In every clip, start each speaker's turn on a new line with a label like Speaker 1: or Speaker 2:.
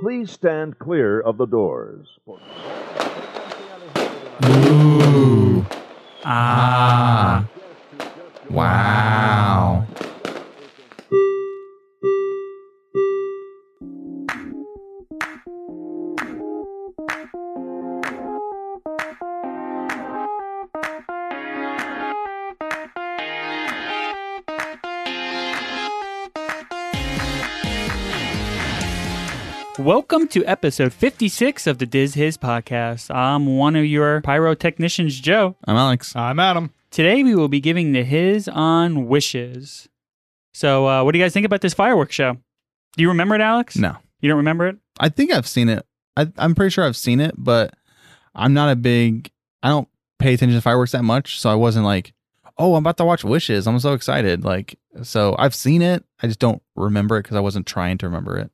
Speaker 1: Please stand clear of the doors.
Speaker 2: Ooh. Ah. Wow.
Speaker 3: Welcome to episode 56 of the Diz His podcast. I'm one of your pyrotechnicians, Joe.
Speaker 2: I'm Alex.
Speaker 4: I'm Adam.
Speaker 3: Today we will be giving the his on wishes. So, uh, what do you guys think about this fireworks show? Do you remember it, Alex?
Speaker 2: No.
Speaker 3: You don't remember it?
Speaker 2: I think I've seen it. I, I'm pretty sure I've seen it, but I'm not a big. I don't pay attention to fireworks that much, so I wasn't like, "Oh, I'm about to watch Wishes." I'm so excited. Like, so I've seen it. I just don't remember it because I wasn't trying to remember it.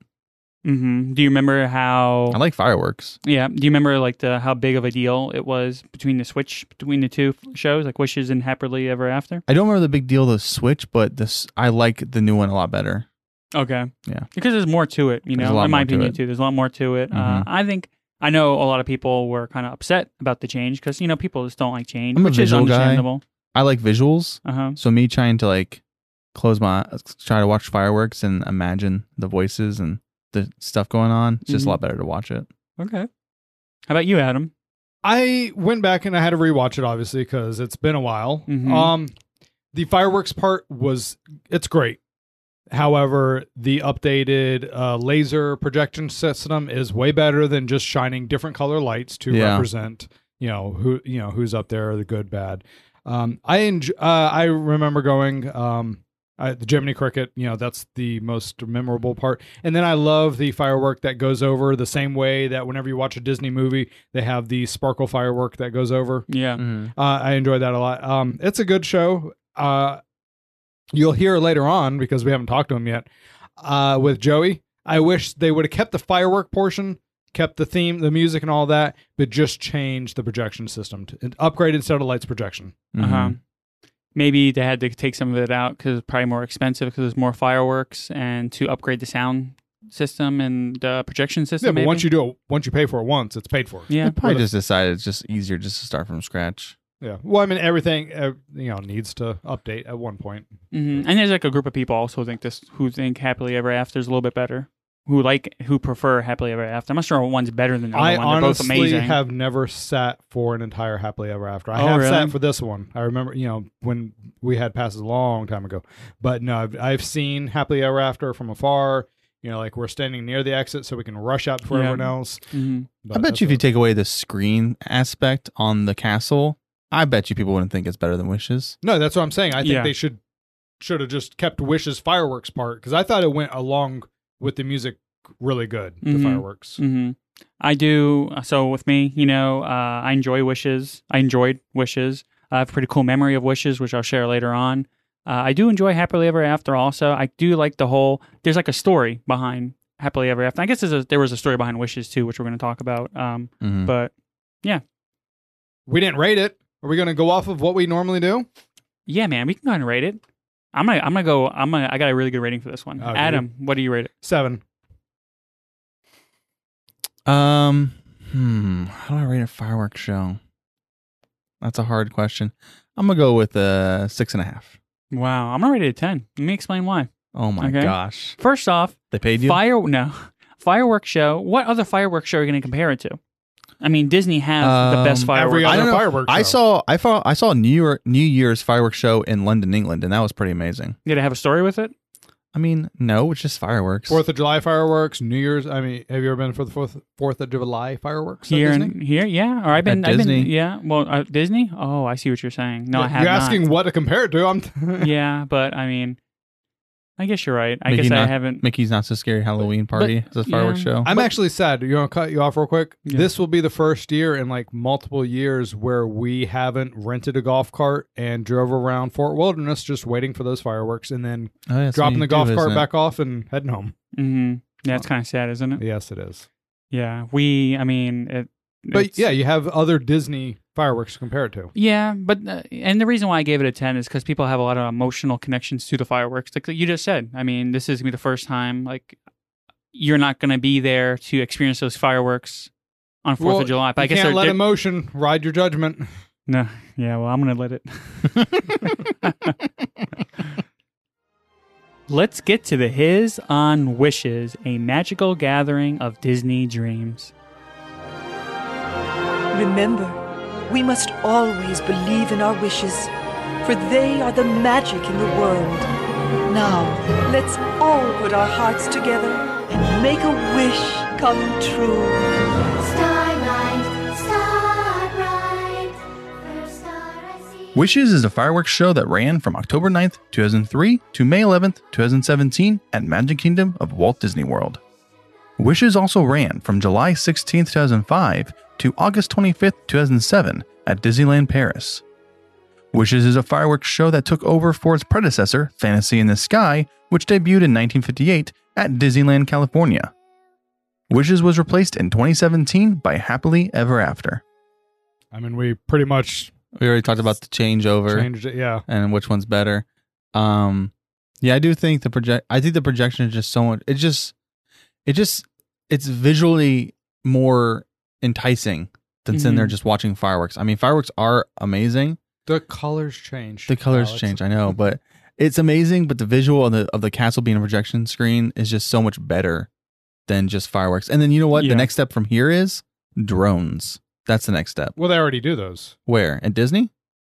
Speaker 3: hmm Do you remember how?
Speaker 2: I like fireworks.
Speaker 3: yeah. Do you remember like the how big of a deal it was between the switch between the two shows, like Wishes and Happily Ever After?
Speaker 2: I don't remember the big deal of the Switch, but this I like the new one a lot better.
Speaker 3: Okay.
Speaker 2: Yeah.
Speaker 3: Because there's more to it, you
Speaker 2: There's a
Speaker 3: know,
Speaker 2: lot
Speaker 3: in my
Speaker 2: more to
Speaker 3: opinion,
Speaker 2: it.
Speaker 3: too. There's a lot more to it. Uh,
Speaker 2: Mhm.
Speaker 3: I think, I know a lot of people were kind of upset about the change because, you know, people just don't like change,
Speaker 2: I'm a
Speaker 3: which is
Speaker 2: visual guy.
Speaker 3: understandable.
Speaker 2: I like visuals,
Speaker 3: Uh huh.
Speaker 2: so me trying to like close my try to watch fireworks and imagine the voices and the stuff going on. It's just
Speaker 3: Mm-hmm.
Speaker 2: a lot better to watch it.
Speaker 3: Okay. How about you, Adam?
Speaker 4: I went back and I had to rewatch it, obviously, because it's been a while.
Speaker 3: Mhm.
Speaker 4: Um, the fireworks part was it's great. However, the updated uh, laser projection system is way better than just shining different color lights to
Speaker 2: Yeah.
Speaker 4: represent, you know, who you know who's up there, the good, bad. Um, I enj- uh, I remember going um, I, the Jiminy Cricket. You know, that's the most memorable part. And then I love the firework that goes over the same way that whenever you watch a Disney movie, they have the sparkle firework that goes over.
Speaker 3: Yeah.
Speaker 4: Uh, I enjoyed that a lot. Um, it's a good show. Uh, you'll hear later on because we haven't talked to him yet. Uh, with Joey, I wish they would have kept the firework portion, kept the theme, the music, and all that, but just changed the projection system to and upgrade instead of lights projection.
Speaker 2: Mhm.
Speaker 3: Uh huh. Maybe they had to take some of it out because it's probably more expensive because there's more fireworks and to upgrade the sound system and the projection system.
Speaker 4: Yeah, but
Speaker 3: maybe.
Speaker 4: once you do it, once you pay for it once, it's paid for.
Speaker 3: yeah.
Speaker 2: They probably just decided it's just easier just to start from scratch.
Speaker 4: Yeah. Well, I mean, everything uh, you know needs to update at one point.
Speaker 3: hmm And there's like a group of people also think this who think Happily Ever After is a little bit better, who like who prefer Happily Ever After. I'm not sure one's better than the other one.
Speaker 4: I
Speaker 3: They're both
Speaker 4: honestly
Speaker 3: amazing.
Speaker 4: have never sat for an entire happily ever after. I
Speaker 3: Oh,
Speaker 4: have
Speaker 3: really?
Speaker 4: sat for this one. I remember, you know, when we had passes a long time ago. But no, I've, I've seen happily ever after from afar. You know, like we're standing near the exit so we can rush out before
Speaker 3: Yeah.
Speaker 4: everyone else.
Speaker 3: Mhm.
Speaker 4: But
Speaker 2: I bet you if you take away the screen aspect on the castle, I bet you people wouldn't think it's better than Wishes.
Speaker 4: no, that's what I'm saying. I think
Speaker 3: Yeah.
Speaker 4: they should should have just kept Wish's fireworks part because I thought it went along with the music really good.
Speaker 3: Mhm.
Speaker 4: The fireworks.
Speaker 3: hmm I do. So with me, you know, uh, I enjoy wishes. I enjoyed wishes. I have a pretty cool memory of wishes, which I'll share later on. Uh, I do enjoy happily ever after. Also, I do like the whole. There's like a story behind happily ever after. I guess there's a, there was a story behind wishes too, which we're going to talk about. Um,
Speaker 2: Mhm.
Speaker 3: but
Speaker 4: We didn't rate it. Are we going to go off of what we normally do?
Speaker 3: yeah, man, we can go ahead and rate it. I'm gonna I'm gonna go. I'm gonna I got a really good rating for this one.
Speaker 4: Oh, do you?
Speaker 3: Adam, what do you rate it?
Speaker 4: Seven.
Speaker 2: um, hmm, how do I rate a fireworks show? That's a hard question. I'm gonna go with a six and a half.
Speaker 3: Wow, I'm gonna rate it a ten. Let me explain why.
Speaker 2: Oh my
Speaker 3: Okay.
Speaker 2: gosh,
Speaker 3: First off,
Speaker 2: they paid you.
Speaker 3: Fire no, fireworks show. What other fireworks show are you going to compare it to? I mean, Disney has the best
Speaker 2: Um,
Speaker 4: Every
Speaker 3: fireworks.
Speaker 2: I
Speaker 4: other
Speaker 2: don't know.
Speaker 4: fireworks.
Speaker 2: I
Speaker 4: show.
Speaker 2: saw I saw I saw a New Year New Year's fireworks show in London, England, and that was pretty amazing.
Speaker 3: Did it have a story with it?
Speaker 2: I mean, no, it's just fireworks.
Speaker 4: Fourth of July fireworks, New Year's. I mean, have you ever been for the Fourth Fourth of July fireworks? at
Speaker 3: Here
Speaker 4: Disney?
Speaker 3: and here, yeah. Or I've been,
Speaker 2: At
Speaker 3: I've been,
Speaker 2: Disney.
Speaker 3: yeah. Well, uh, Disney. Oh, I see what you're saying. No, I have
Speaker 4: You're
Speaker 3: not.
Speaker 4: asking what to compare it to. I'm.
Speaker 3: yeah, but I mean, I guess you're right. I
Speaker 2: Mickey
Speaker 3: guess I
Speaker 2: not-
Speaker 3: haven't.
Speaker 2: Mickey's Not So Scary Halloween Party. It's a
Speaker 3: yeah.
Speaker 2: fireworks show.
Speaker 4: I'm actually sad. You want to cut you off real quick?
Speaker 3: Yeah.
Speaker 4: This will be the first year in like multiple years where we haven't rented a golf cart and drove around Fort Wilderness just waiting for those fireworks and then
Speaker 2: Oh, yeah, it's something
Speaker 4: dropping the
Speaker 2: you
Speaker 4: golf
Speaker 2: do,
Speaker 4: cart
Speaker 2: isn't it?
Speaker 4: back off and heading home.
Speaker 3: hmm Yeah,
Speaker 4: Oh.
Speaker 3: it's kind of sad, isn't it?
Speaker 4: Yes, it is.
Speaker 3: Yeah, we. I mean, it,
Speaker 4: But
Speaker 3: it's-
Speaker 4: yeah, you have other Disney fireworks to compare it to.
Speaker 3: Yeah, but uh, and the reason why I gave it a ten is because people have a lot of emotional connections to the fireworks, like you just said. I mean, this is gonna be the first time like you're not going to be there to experience those fireworks on Fourth
Speaker 4: Well,
Speaker 3: of July. But
Speaker 4: I
Speaker 3: I
Speaker 4: you
Speaker 3: guess
Speaker 4: can't
Speaker 3: they're,
Speaker 4: let
Speaker 3: they're-
Speaker 4: emotion ride your judgment.
Speaker 3: no, yeah. Well, I'm going to let it. Let's get to the His on Wishes, a magical gathering of Disney dreams.
Speaker 5: Remember, we must always believe in our wishes, for they are the magic in the world. Now, let's all put our hearts together and make a wish come true.
Speaker 6: Starlight, starlight, first star I see.
Speaker 2: Wishes is a fireworks show that ran from October 9th, 2003 to May 11th, 2017 at Magic Kingdom of Walt Disney World. Wishes also ran from July 16, 2005 to August 25, 2007 at Disneyland Paris. Wishes is a fireworks show that took over for its predecessor, Fantasy in the Sky, which debuted in 1958 at Disneyland, California. Wishes was replaced in 2017 by Happily Ever After.
Speaker 4: I mean, we pretty much
Speaker 2: We already talked about the changeover.
Speaker 4: changed it. Yeah.
Speaker 2: and which one's better. Um, yeah, I do think the project. I think the projection is just so much. It just, it just, it's visually more enticing than sitting there
Speaker 3: Mhm.
Speaker 2: just watching fireworks. I mean, fireworks are amazing.
Speaker 4: The colors change.
Speaker 2: The colors
Speaker 4: Alex.
Speaker 2: change, I know, but it's amazing. But the visual of the of the castle being a projection screen is just so much better than just fireworks. And then you know what?
Speaker 3: Yeah.
Speaker 2: The next step from here is drones. That's the next step.
Speaker 4: Well, they already do those. Where?
Speaker 2: Where at Disney?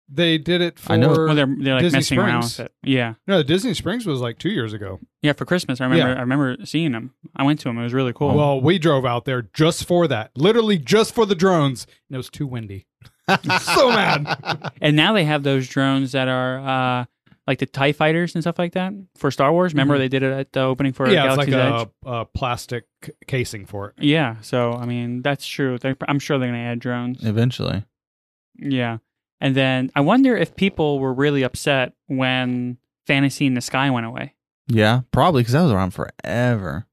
Speaker 4: They did it for.
Speaker 2: I know.
Speaker 3: Well, they're they're like
Speaker 4: Disney
Speaker 3: messing around with
Speaker 4: Springs.
Speaker 3: it. Yeah,
Speaker 4: no, Disney Springs was like two years ago.
Speaker 3: yeah. For Christmas, I remember
Speaker 4: Yeah.
Speaker 3: I remember seeing them. I went to them. It was really cool.
Speaker 4: Well, we drove out there just for that, literally just for the drones, and it was too windy. so mad.
Speaker 3: And now they have those drones that are uh, like the Tie Fighters and stuff like that for Star Wars. Remember they did it at the opening for
Speaker 4: Mm-hmm. yeah, it's like
Speaker 3: Galaxy's Edge.
Speaker 4: a, a plastic c- casing for it.
Speaker 3: Yeah, so I mean that's true. They're, I'm sure they're going to add drones.
Speaker 2: Eventually.
Speaker 3: Yeah, and then I wonder if people were really upset when Fantasy in the Sky went away.
Speaker 2: Yeah, probably because that was around forever.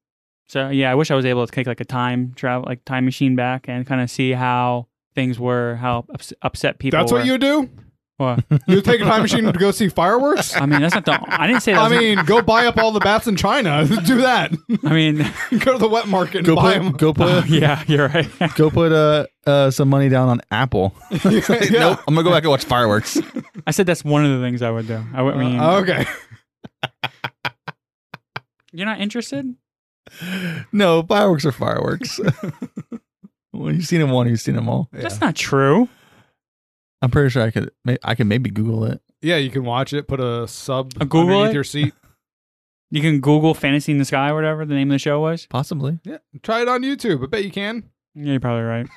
Speaker 3: So yeah, I wish I was able to take like a time travel, like time machine back, and kind of see how things were, how ups- upset people.
Speaker 4: That's
Speaker 3: were.
Speaker 4: what you do.
Speaker 3: What?
Speaker 4: You take a time machine to go see fireworks.
Speaker 3: I mean, that's not the. I didn't say that.
Speaker 4: I
Speaker 3: was-
Speaker 4: mean, go buy up all the bats in China. Do that.
Speaker 3: I mean,
Speaker 4: go to the wet market and
Speaker 2: Go
Speaker 4: buy
Speaker 2: play.
Speaker 4: them.
Speaker 2: Go play.
Speaker 3: yeah, you're right.
Speaker 2: go put uh, uh some money down on Apple.
Speaker 4: Yeah.
Speaker 2: Nope, I'm gonna go back and watch fireworks.
Speaker 3: I said that's one of the things I would do. I would- I mean,
Speaker 4: Uh, okay.
Speaker 3: you're not interested.
Speaker 2: no, fireworks are fireworks. well, you've seen them one, you've seen them all.
Speaker 4: Yeah.
Speaker 3: That's not true.
Speaker 2: I'm pretty sure I could. may- I could maybe Google it.
Speaker 4: Yeah, you can watch it. Put a sub
Speaker 3: A Google
Speaker 4: underneath
Speaker 3: it?
Speaker 4: your seat.
Speaker 3: You can Google "Fantasy in the Sky" or whatever the name of the show was.
Speaker 2: Possibly.
Speaker 4: Yeah, try it on YouTube. I bet you can.
Speaker 3: Yeah, you're probably right.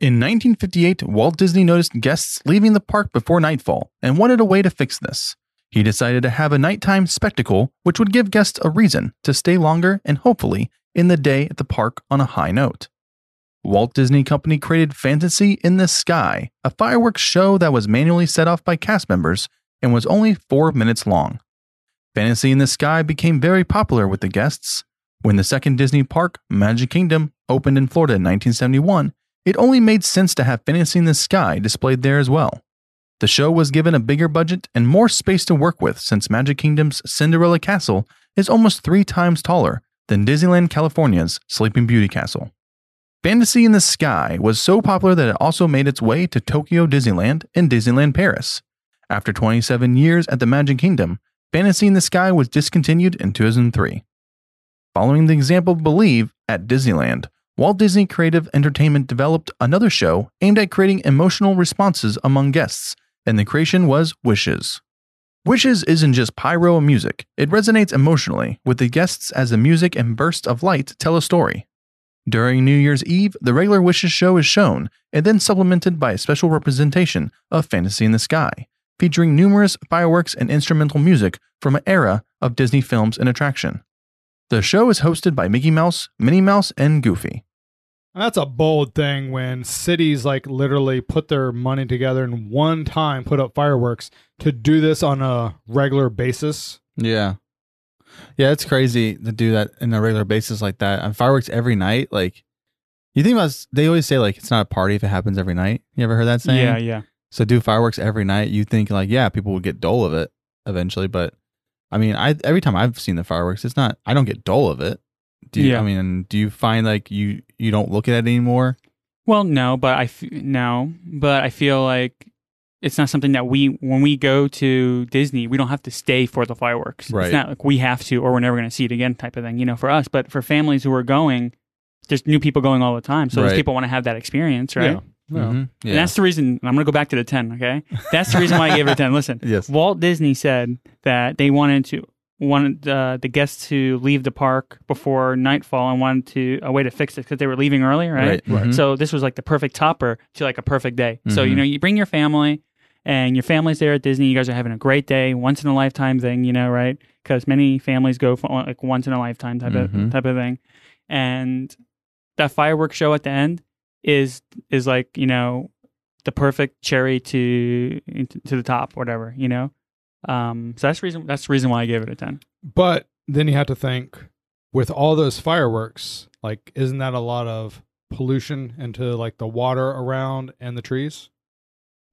Speaker 2: In 1958, Walt Disney noticed guests leaving the park before nightfall and wanted a way to fix this. He decided to have a nighttime spectacle, which would give guests a reason to stay longer and hopefully in the day at the park on a high note. Walt Disney Company created Fantasy in the Sky, a fireworks show that was manually set off by cast members and was only four minutes long. Fantasy in the Sky became very popular with the guests. When the second Disney park, Magic Kingdom, opened in Florida in 1971, it only made sense to have Fantasy in the Sky displayed there as well. The show was given a bigger budget and more space to work with since Magic Kingdom's Cinderella Castle is almost three times taller than Disneyland California's Sleeping Beauty Castle. Fantasy in the Sky was so popular that it also made its way to Tokyo Disneyland and Disneyland Paris. After 27 years at the Magic Kingdom, Fantasy in the Sky was discontinued in 2003. Following the example of Believe at Disneyland, Walt Disney Creative Entertainment developed another show aimed at creating emotional responses among guests, and the creation was Wishes. Wishes isn't just pyro and music, it resonates emotionally with the guests as the music and bursts of light tell a story. During New Year's Eve, the regular Wishes show is shown and then supplemented by a special representation of Fantasy in the Sky, featuring numerous fireworks and instrumental music from an era of Disney films and attraction. The show is hosted by Mickey Mouse, Minnie Mouse, and Goofy.
Speaker 4: And that's a bold thing when cities like literally put their money together and one time put up fireworks to do this on a regular basis.
Speaker 2: Yeah. Yeah, it's crazy to do that on a regular basis like that. And fireworks every night, like you think about s- they always say like it's not a party if it happens every night. You ever heard that saying?
Speaker 3: Yeah, yeah.
Speaker 2: So do fireworks every night. You think like, yeah, people would get dull of it eventually, but
Speaker 7: I mean, I every time I've seen the fireworks, it's not. I don't get dull of it. Do you?
Speaker 3: Yeah.
Speaker 7: I mean, do you find like you you don't look at it anymore?
Speaker 3: Well, no, but I f- no, but I feel like it's not something that we when we go to Disney, we don't have to stay for the fireworks.
Speaker 7: Right.
Speaker 3: It's not like we have to or we're never going to see it again type of thing, you know, for us, but for families who are going, there's new people going all the time, so
Speaker 7: Right.
Speaker 3: those people want to have that experience, right?
Speaker 4: Yeah. No.
Speaker 7: Mhm.
Speaker 2: Mm-hmm.
Speaker 7: Yeah.
Speaker 3: And that's the reason and I'm going to go back to the 10, okay? That's the reason why I gave it a 10. Listen.
Speaker 7: yes.
Speaker 3: Walt Disney said that they wanted to wanted uh, the guests to leave the park before nightfall and wanted to a way to fix it because they were leaving early, right? Mm-hmm.
Speaker 7: Right. Mhm.
Speaker 3: So this was like the perfect topper to like a perfect day. So you
Speaker 7: Mhm.
Speaker 3: know, you bring your family and your family's there at Disney. You guys are having a great day, once in a lifetime thing, you know, right? Because many families go for like once in a lifetime type
Speaker 7: Mhm.
Speaker 3: of type of thing, and that fireworks show at the end is is like you know the perfect cherry to to the top, whatever you know. Um, so that's the reason that's the reason why I gave it a ten.
Speaker 4: But then you have to think with all those fireworks, like, isn't that a lot of pollution into like the water around and the trees?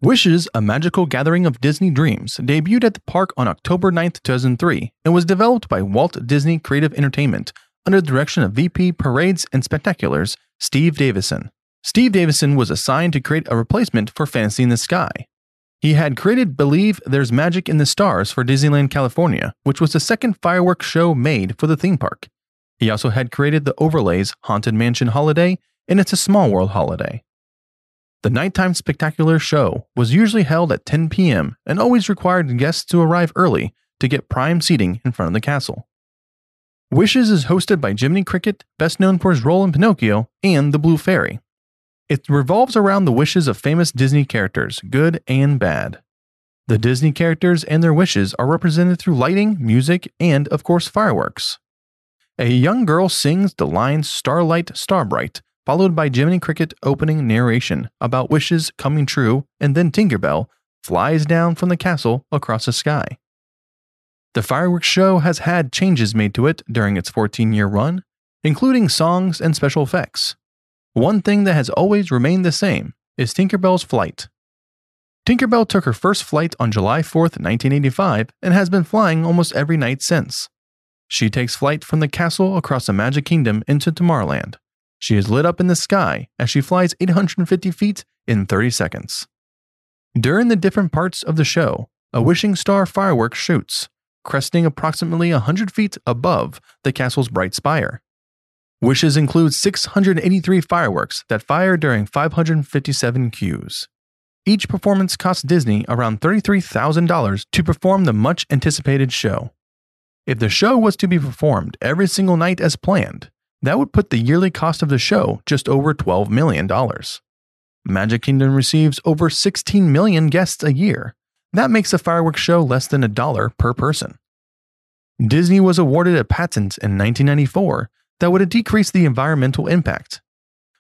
Speaker 2: Wishes, a magical gathering of Disney dreams, debuted at the park on October 9, 2003, and was developed by Walt Disney Creative Entertainment under the direction of VP Parades and Spectaculars, Steve Davison. Steve Davison was assigned to create a replacement for Fantasy in the Sky. He had created Believe There's Magic in the Stars for Disneyland California, which was the second fireworks show made for the theme park. He also had created the overlays Haunted Mansion Holiday and It's a Small World Holiday. The nighttime spectacular show was usually held at 10 p.m. and always required guests to arrive early to get prime seating in front of the castle. Wishes is hosted by Jiminy Cricket, best known for his role in Pinocchio and The Blue Fairy. It revolves around the wishes of famous Disney characters, good and bad. The Disney characters and their wishes are represented through lighting, music, and, of course, fireworks. A young girl sings the line Starlight, Starbright, followed by Jiminy Cricket opening narration about wishes coming true, and then Tinkerbell flies down from the castle across the sky. The fireworks show has had changes made to it during its 14 year run, including songs and special effects. One thing that has always remained the same is Tinkerbell's flight. Tinkerbell took her first flight on July 4th, 1985, and has been flying almost every night since. She takes flight from the castle across the Magic Kingdom into Tomorrowland. She is lit up in the sky as she flies 850 feet in 30 seconds. During the different parts of the show, a wishing star firework shoots, cresting approximately 100 feet above the castle's bright spire. Wishes include 683 fireworks that fire during 557 cues. Each performance costs Disney around $33,000 to perform the much anticipated show. If the show was to be performed every single night as planned, that would put the yearly cost of the show just over $12 million. Magic Kingdom receives over 16 million guests a year. That makes the fireworks show less than a dollar per person. Disney was awarded a patent in 1994 that would decrease the environmental impact.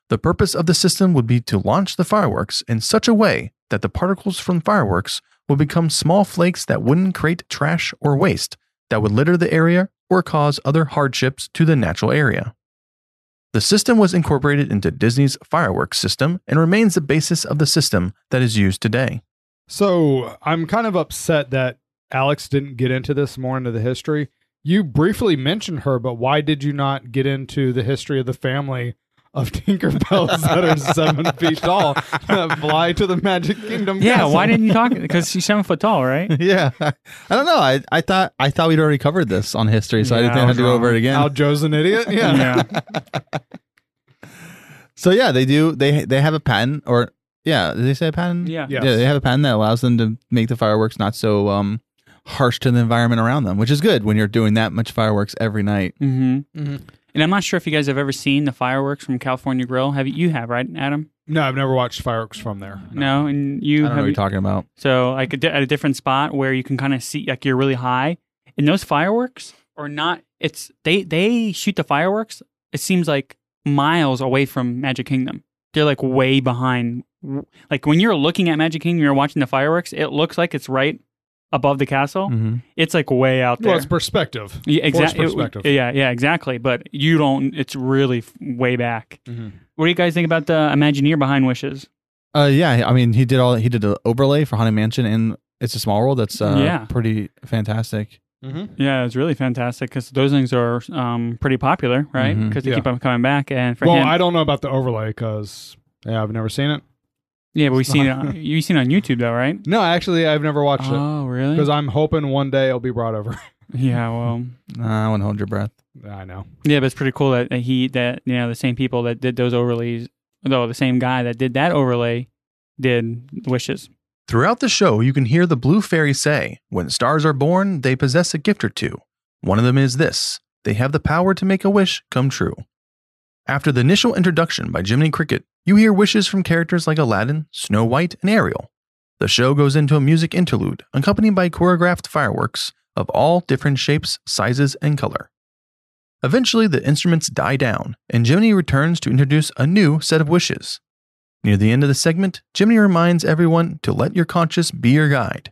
Speaker 2: The purpose of the system would be to launch the fireworks in such a way that the particles from fireworks would become small flakes that wouldn't create trash or waste that would litter the area or cause other hardships to the natural area. The system was incorporated into Disney's fireworks system and remains the basis of the system that is used today.
Speaker 4: So I'm kind of upset that Alex didn't get into this more into the history. You briefly mentioned her, but why did you not get into the history of the family of Tinkerbells that are seven feet tall that fly to the Magic Kingdom?
Speaker 3: Yeah,
Speaker 4: castle?
Speaker 3: why didn't you talk? Because she's seven foot tall, right?
Speaker 7: yeah. I don't know. I, I thought I thought we'd already covered this on history, so I didn't
Speaker 3: Yeah,
Speaker 7: think I had to go over it again.
Speaker 4: Al Joe's an idiot? Yeah.
Speaker 7: so yeah, they do. They they have a patent, or yeah, did they say a patent?
Speaker 3: Yeah.
Speaker 4: Yes.
Speaker 7: Yeah, they have a patent that allows them to make the fireworks not so um harsh to the environment around them, which is good when you're doing that much fireworks every night.
Speaker 3: hmm
Speaker 7: Mm-hmm.
Speaker 4: Mhm.
Speaker 3: And I'm not sure if you guys have ever seen the fireworks from California Grill. Have you, you have right, Adam?
Speaker 4: No, I've never watched fireworks from there.
Speaker 3: No, and
Speaker 7: I
Speaker 3: you
Speaker 7: don't know
Speaker 3: have
Speaker 7: what you're talking about.
Speaker 3: so like a di- at a different spot where you can kind of see like you're really high. And those fireworks are not. It's they they shoot the fireworks. It seems like miles away from Magic Kingdom. They're like way behind. Like when you're looking at Magic Kingdom, you're watching the fireworks. It looks like it's right above the
Speaker 4: Oh.
Speaker 3: castle.
Speaker 7: Mm-hmm.
Speaker 3: It's like way out there.
Speaker 4: Well, it's perspective.
Speaker 3: yeah,
Speaker 4: forced
Speaker 3: exactly.
Speaker 4: perspective.
Speaker 3: Yeah, yeah, exactly. But you don't. It's really f- way back. What do you guys think about the Imagineer behind wishes?
Speaker 7: Uh, yeah. I mean, he did all he did the overlay for Haunted Mansion, and it's a small world. That's uh,
Speaker 3: Yeah.
Speaker 7: pretty fantastic.
Speaker 4: Mm-hmm.
Speaker 3: Yeah, it's really fantastic because those things are um, pretty popular, right?
Speaker 2: Mhm.
Speaker 3: Because they
Speaker 4: Mm-hmm. Yeah.
Speaker 3: keep on coming back. And for
Speaker 4: Well,
Speaker 3: him,
Speaker 4: I don't know about the overlay because yeah, I've never seen it.
Speaker 3: yeah, but we've seen it.
Speaker 4: not-
Speaker 3: on- You've seen it on YouTube though, right?
Speaker 4: No, actually, I've never watched it
Speaker 3: Oh, really?
Speaker 4: because I'm hoping one day it'll be brought over.
Speaker 3: yeah. Well.
Speaker 2: Nah, I wouldn't hold your breath.
Speaker 4: I know.
Speaker 3: Yeah, but it's pretty cool that that he that you know the same people that did those overlays, though the same guy that did that overlay did wishes.
Speaker 8: Throughout the show, you can hear the blue fairy say, When stars are born, they possess a gift or two. One of them is this they have the power to make a wish come true. After the initial introduction by Jiminy Cricket, you hear wishes from characters like Aladdin, Snow White, and Ariel. The show goes into a music interlude, accompanied by choreographed fireworks of all different shapes, sizes, and color. Eventually, the instruments die down, and Jiminy returns to introduce a new set of wishes. Near the end of the segment, Jiminy reminds everyone to let your conscience be your guide.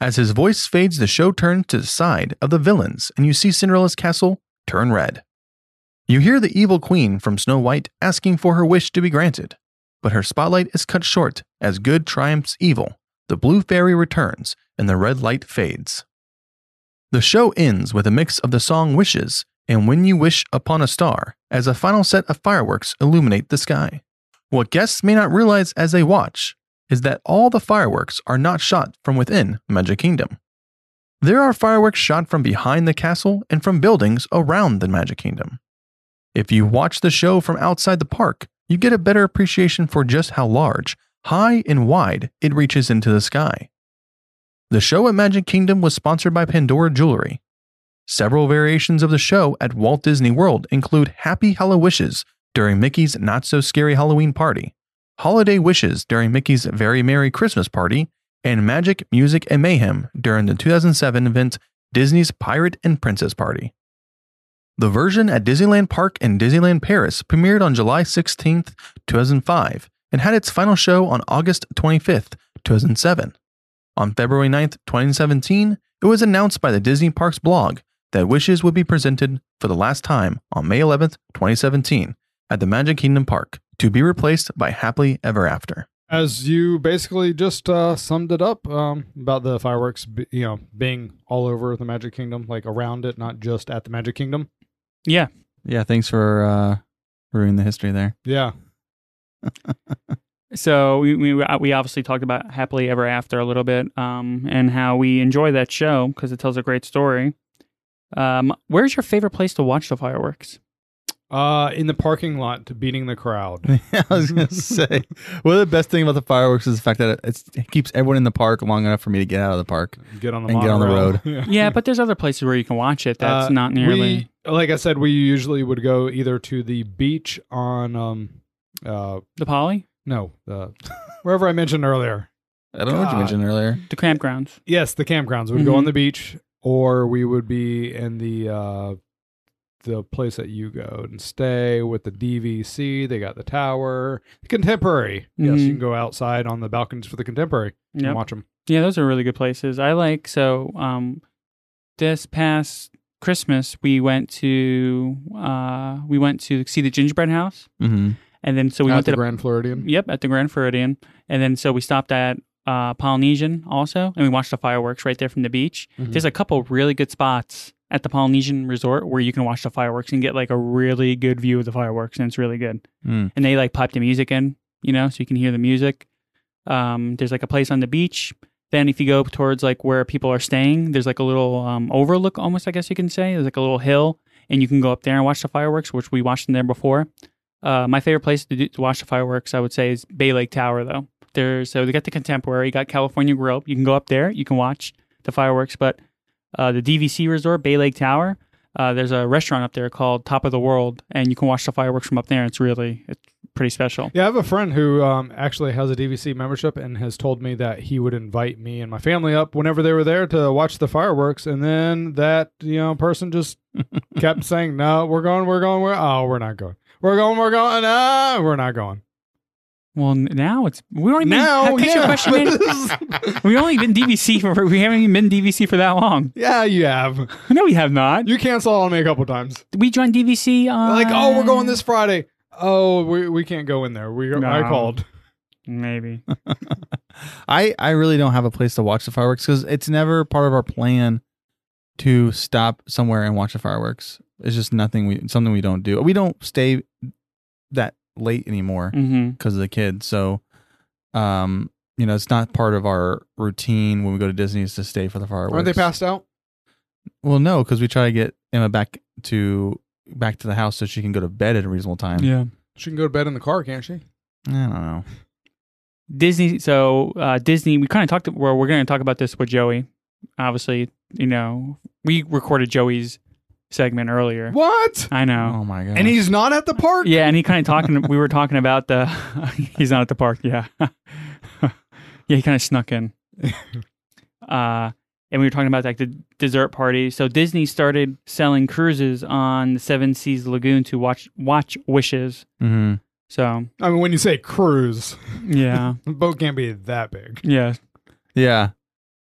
Speaker 8: As his voice fades, the show turns to the side of the villains, and you see Cinderella's castle turn red. You hear the evil queen from Snow White asking for her wish to be granted, but her spotlight is cut short as good triumphs evil. The blue fairy returns, and the red light fades. The show ends with a mix of the song Wishes and When You Wish Upon a Star as a final set of fireworks illuminate the sky. What guests may not realize as they watch is that all the fireworks are not shot from within Magic Kingdom. There are fireworks shot from behind the castle and from buildings around the Magic Kingdom. If you watch the show from outside the park, you get a better appreciation for just how large, high, and wide it reaches into the sky. The show at Magic Kingdom was sponsored by Pandora Jewelry. Several variations of the show at Walt Disney World include Happy Hello Wishes, during Mickey's Not So Scary Halloween Party, Holiday Wishes during Mickey's Very Merry Christmas Party, and Magic, Music, and Mayhem during the 2007 event Disney's Pirate and Princess Party. The version at Disneyland Park and Disneyland Paris premiered on July 16, 2005, and had its final show on August 25, 2007. On February 9, 2017, it was announced by the Disney Parks blog that Wishes would be presented for the last time on May 11, 2017, at the Magic Kingdom Park to be replaced by Happily Ever After.
Speaker 4: As you basically just uh, summed it up um, about the fireworks, be, you know, being all over the Magic Kingdom, like around it, not just at the Magic Kingdom.
Speaker 3: Yeah,
Speaker 2: Yeah, thanks for uh, ruining the history there.
Speaker 4: Yeah,
Speaker 3: so we, we uh, we obviously talked about happily ever after a little bit um and how we enjoy that show because it tells a great story um where's your favorite place to watch the fireworks
Speaker 4: uh, in the parking lot, beating the crowd.
Speaker 2: I was gonna say one of the best thing about the fireworks is the fact that it, it's, it keeps everyone in the park long enough for me to get out of the park.
Speaker 4: Get on the
Speaker 2: And get on the
Speaker 4: monorail.
Speaker 2: road.
Speaker 4: yeah.
Speaker 3: yeah but there's other places where you can watch it that's
Speaker 4: Uh,
Speaker 3: not nearly
Speaker 4: We, like I said, we usually would go either to the beach on, um, uh,
Speaker 3: the poly
Speaker 4: no, uh, wherever I mentioned earlier.
Speaker 2: I don't know what you
Speaker 4: God.
Speaker 2: mentioned earlier.
Speaker 3: the campgrounds
Speaker 4: Yes, the campgrounds. We'd go
Speaker 3: Mhm.
Speaker 4: on the beach, or we would be in the uh, the place that you go and stay with the DVC. They got the tower, the contemporary.
Speaker 3: Mhm.
Speaker 4: Yes, you can go outside on the balconies for the contemporary
Speaker 3: yeah
Speaker 4: and watch them.
Speaker 3: yeah those are really good places i like so um this past christmas we went to uh we went to see the gingerbread house
Speaker 2: Mm-hmm.
Speaker 3: and then so we
Speaker 4: We
Speaker 3: went
Speaker 4: the
Speaker 3: to the
Speaker 4: Grand Floridian.
Speaker 3: Yep, at the Grand Floridian. And then so we stopped at uh, Polynesian also, and we watched the fireworks right there from the beach.
Speaker 4: Mhm.
Speaker 3: There's a couple really good spots at the Polynesian Resort where you can watch the fireworks and get like a really good view of the fireworks, and it's really good.
Speaker 2: Mm.
Speaker 3: And they like pipe the music in, you know, so you can hear the music. Um, there's like a place on the beach. Then if you go towards like where people are staying, there's like a little um, overlook almost, I guess you can say. There's like a little hill, and you can go up there and watch the fireworks, which we watched them there before. Uh, my favorite place to, do, to watch the fireworks, I would say, is Bay Lake Tower, though. There's so they got the contemporary, you got California Grill. You can go up there, you can watch the fireworks. But uh, the DVC Resort, Bay Lake Tower, uh, there's a restaurant up there called Top of the World, and you can watch the fireworks from up there. It's really it's pretty special.
Speaker 4: Yeah, I have a friend who um, actually has a DVC membership and has told me that he would invite me and my family up whenever they were there to watch the fireworks. And then that you know person just kept saying, "No, we're going, we're going, we're oh, we're not going, we're going, we're going, no, we're not going."
Speaker 3: Well, n- now it's we don't even
Speaker 4: Now,
Speaker 3: catch your
Speaker 4: yeah.
Speaker 3: question. man. we only been DVC for we haven't even been DVC for that long.
Speaker 4: Yeah, you have.
Speaker 3: No, we have not.
Speaker 4: You cancel on me a couple times.
Speaker 3: We joined DVC on
Speaker 4: Like, oh, we're going this Friday. Oh, we, we can't go in there. We I
Speaker 3: No.
Speaker 4: called.
Speaker 3: maybe.
Speaker 2: I I really don't have a place to watch the fireworks because it's never part of our plan to stop somewhere and watch the fireworks. It's just nothing we something we don't do. We don't stay that late anymore
Speaker 3: Mm-hmm.
Speaker 4: Mm.
Speaker 2: because of the kids. So, um, you know, it's not part of our routine when we go to Disney is to stay for the fireworks.
Speaker 4: Aren't they passed out?
Speaker 2: Well, no, because we try to get Emma back to back to the house so she can go to bed at a reasonable time.
Speaker 3: Yeah.
Speaker 4: She can go to bed in the car, can't she?
Speaker 2: I don't know.
Speaker 3: Disney. So uh, Disney. We kind of talked. Well, we're going to talk about this with Joey. Obviously, you know, we recorded Joey's segment earlier.
Speaker 4: What?
Speaker 3: I know.
Speaker 2: Oh my god!
Speaker 4: And he's not at the park?
Speaker 3: Yeah, and he kind of talking. we were talking about the. he's not at the park. Yeah, yeah. He kind of snuck in. uh, and we were talking about like the dessert party. So Disney started selling cruises on the Seven Seas Lagoon to watch watch wishes.
Speaker 7: Mm-hmm.
Speaker 2: hmm
Speaker 3: So
Speaker 4: I mean, when you say cruise,
Speaker 3: yeah,
Speaker 4: the boat can't be that big.
Speaker 3: yeah,
Speaker 2: Yeah.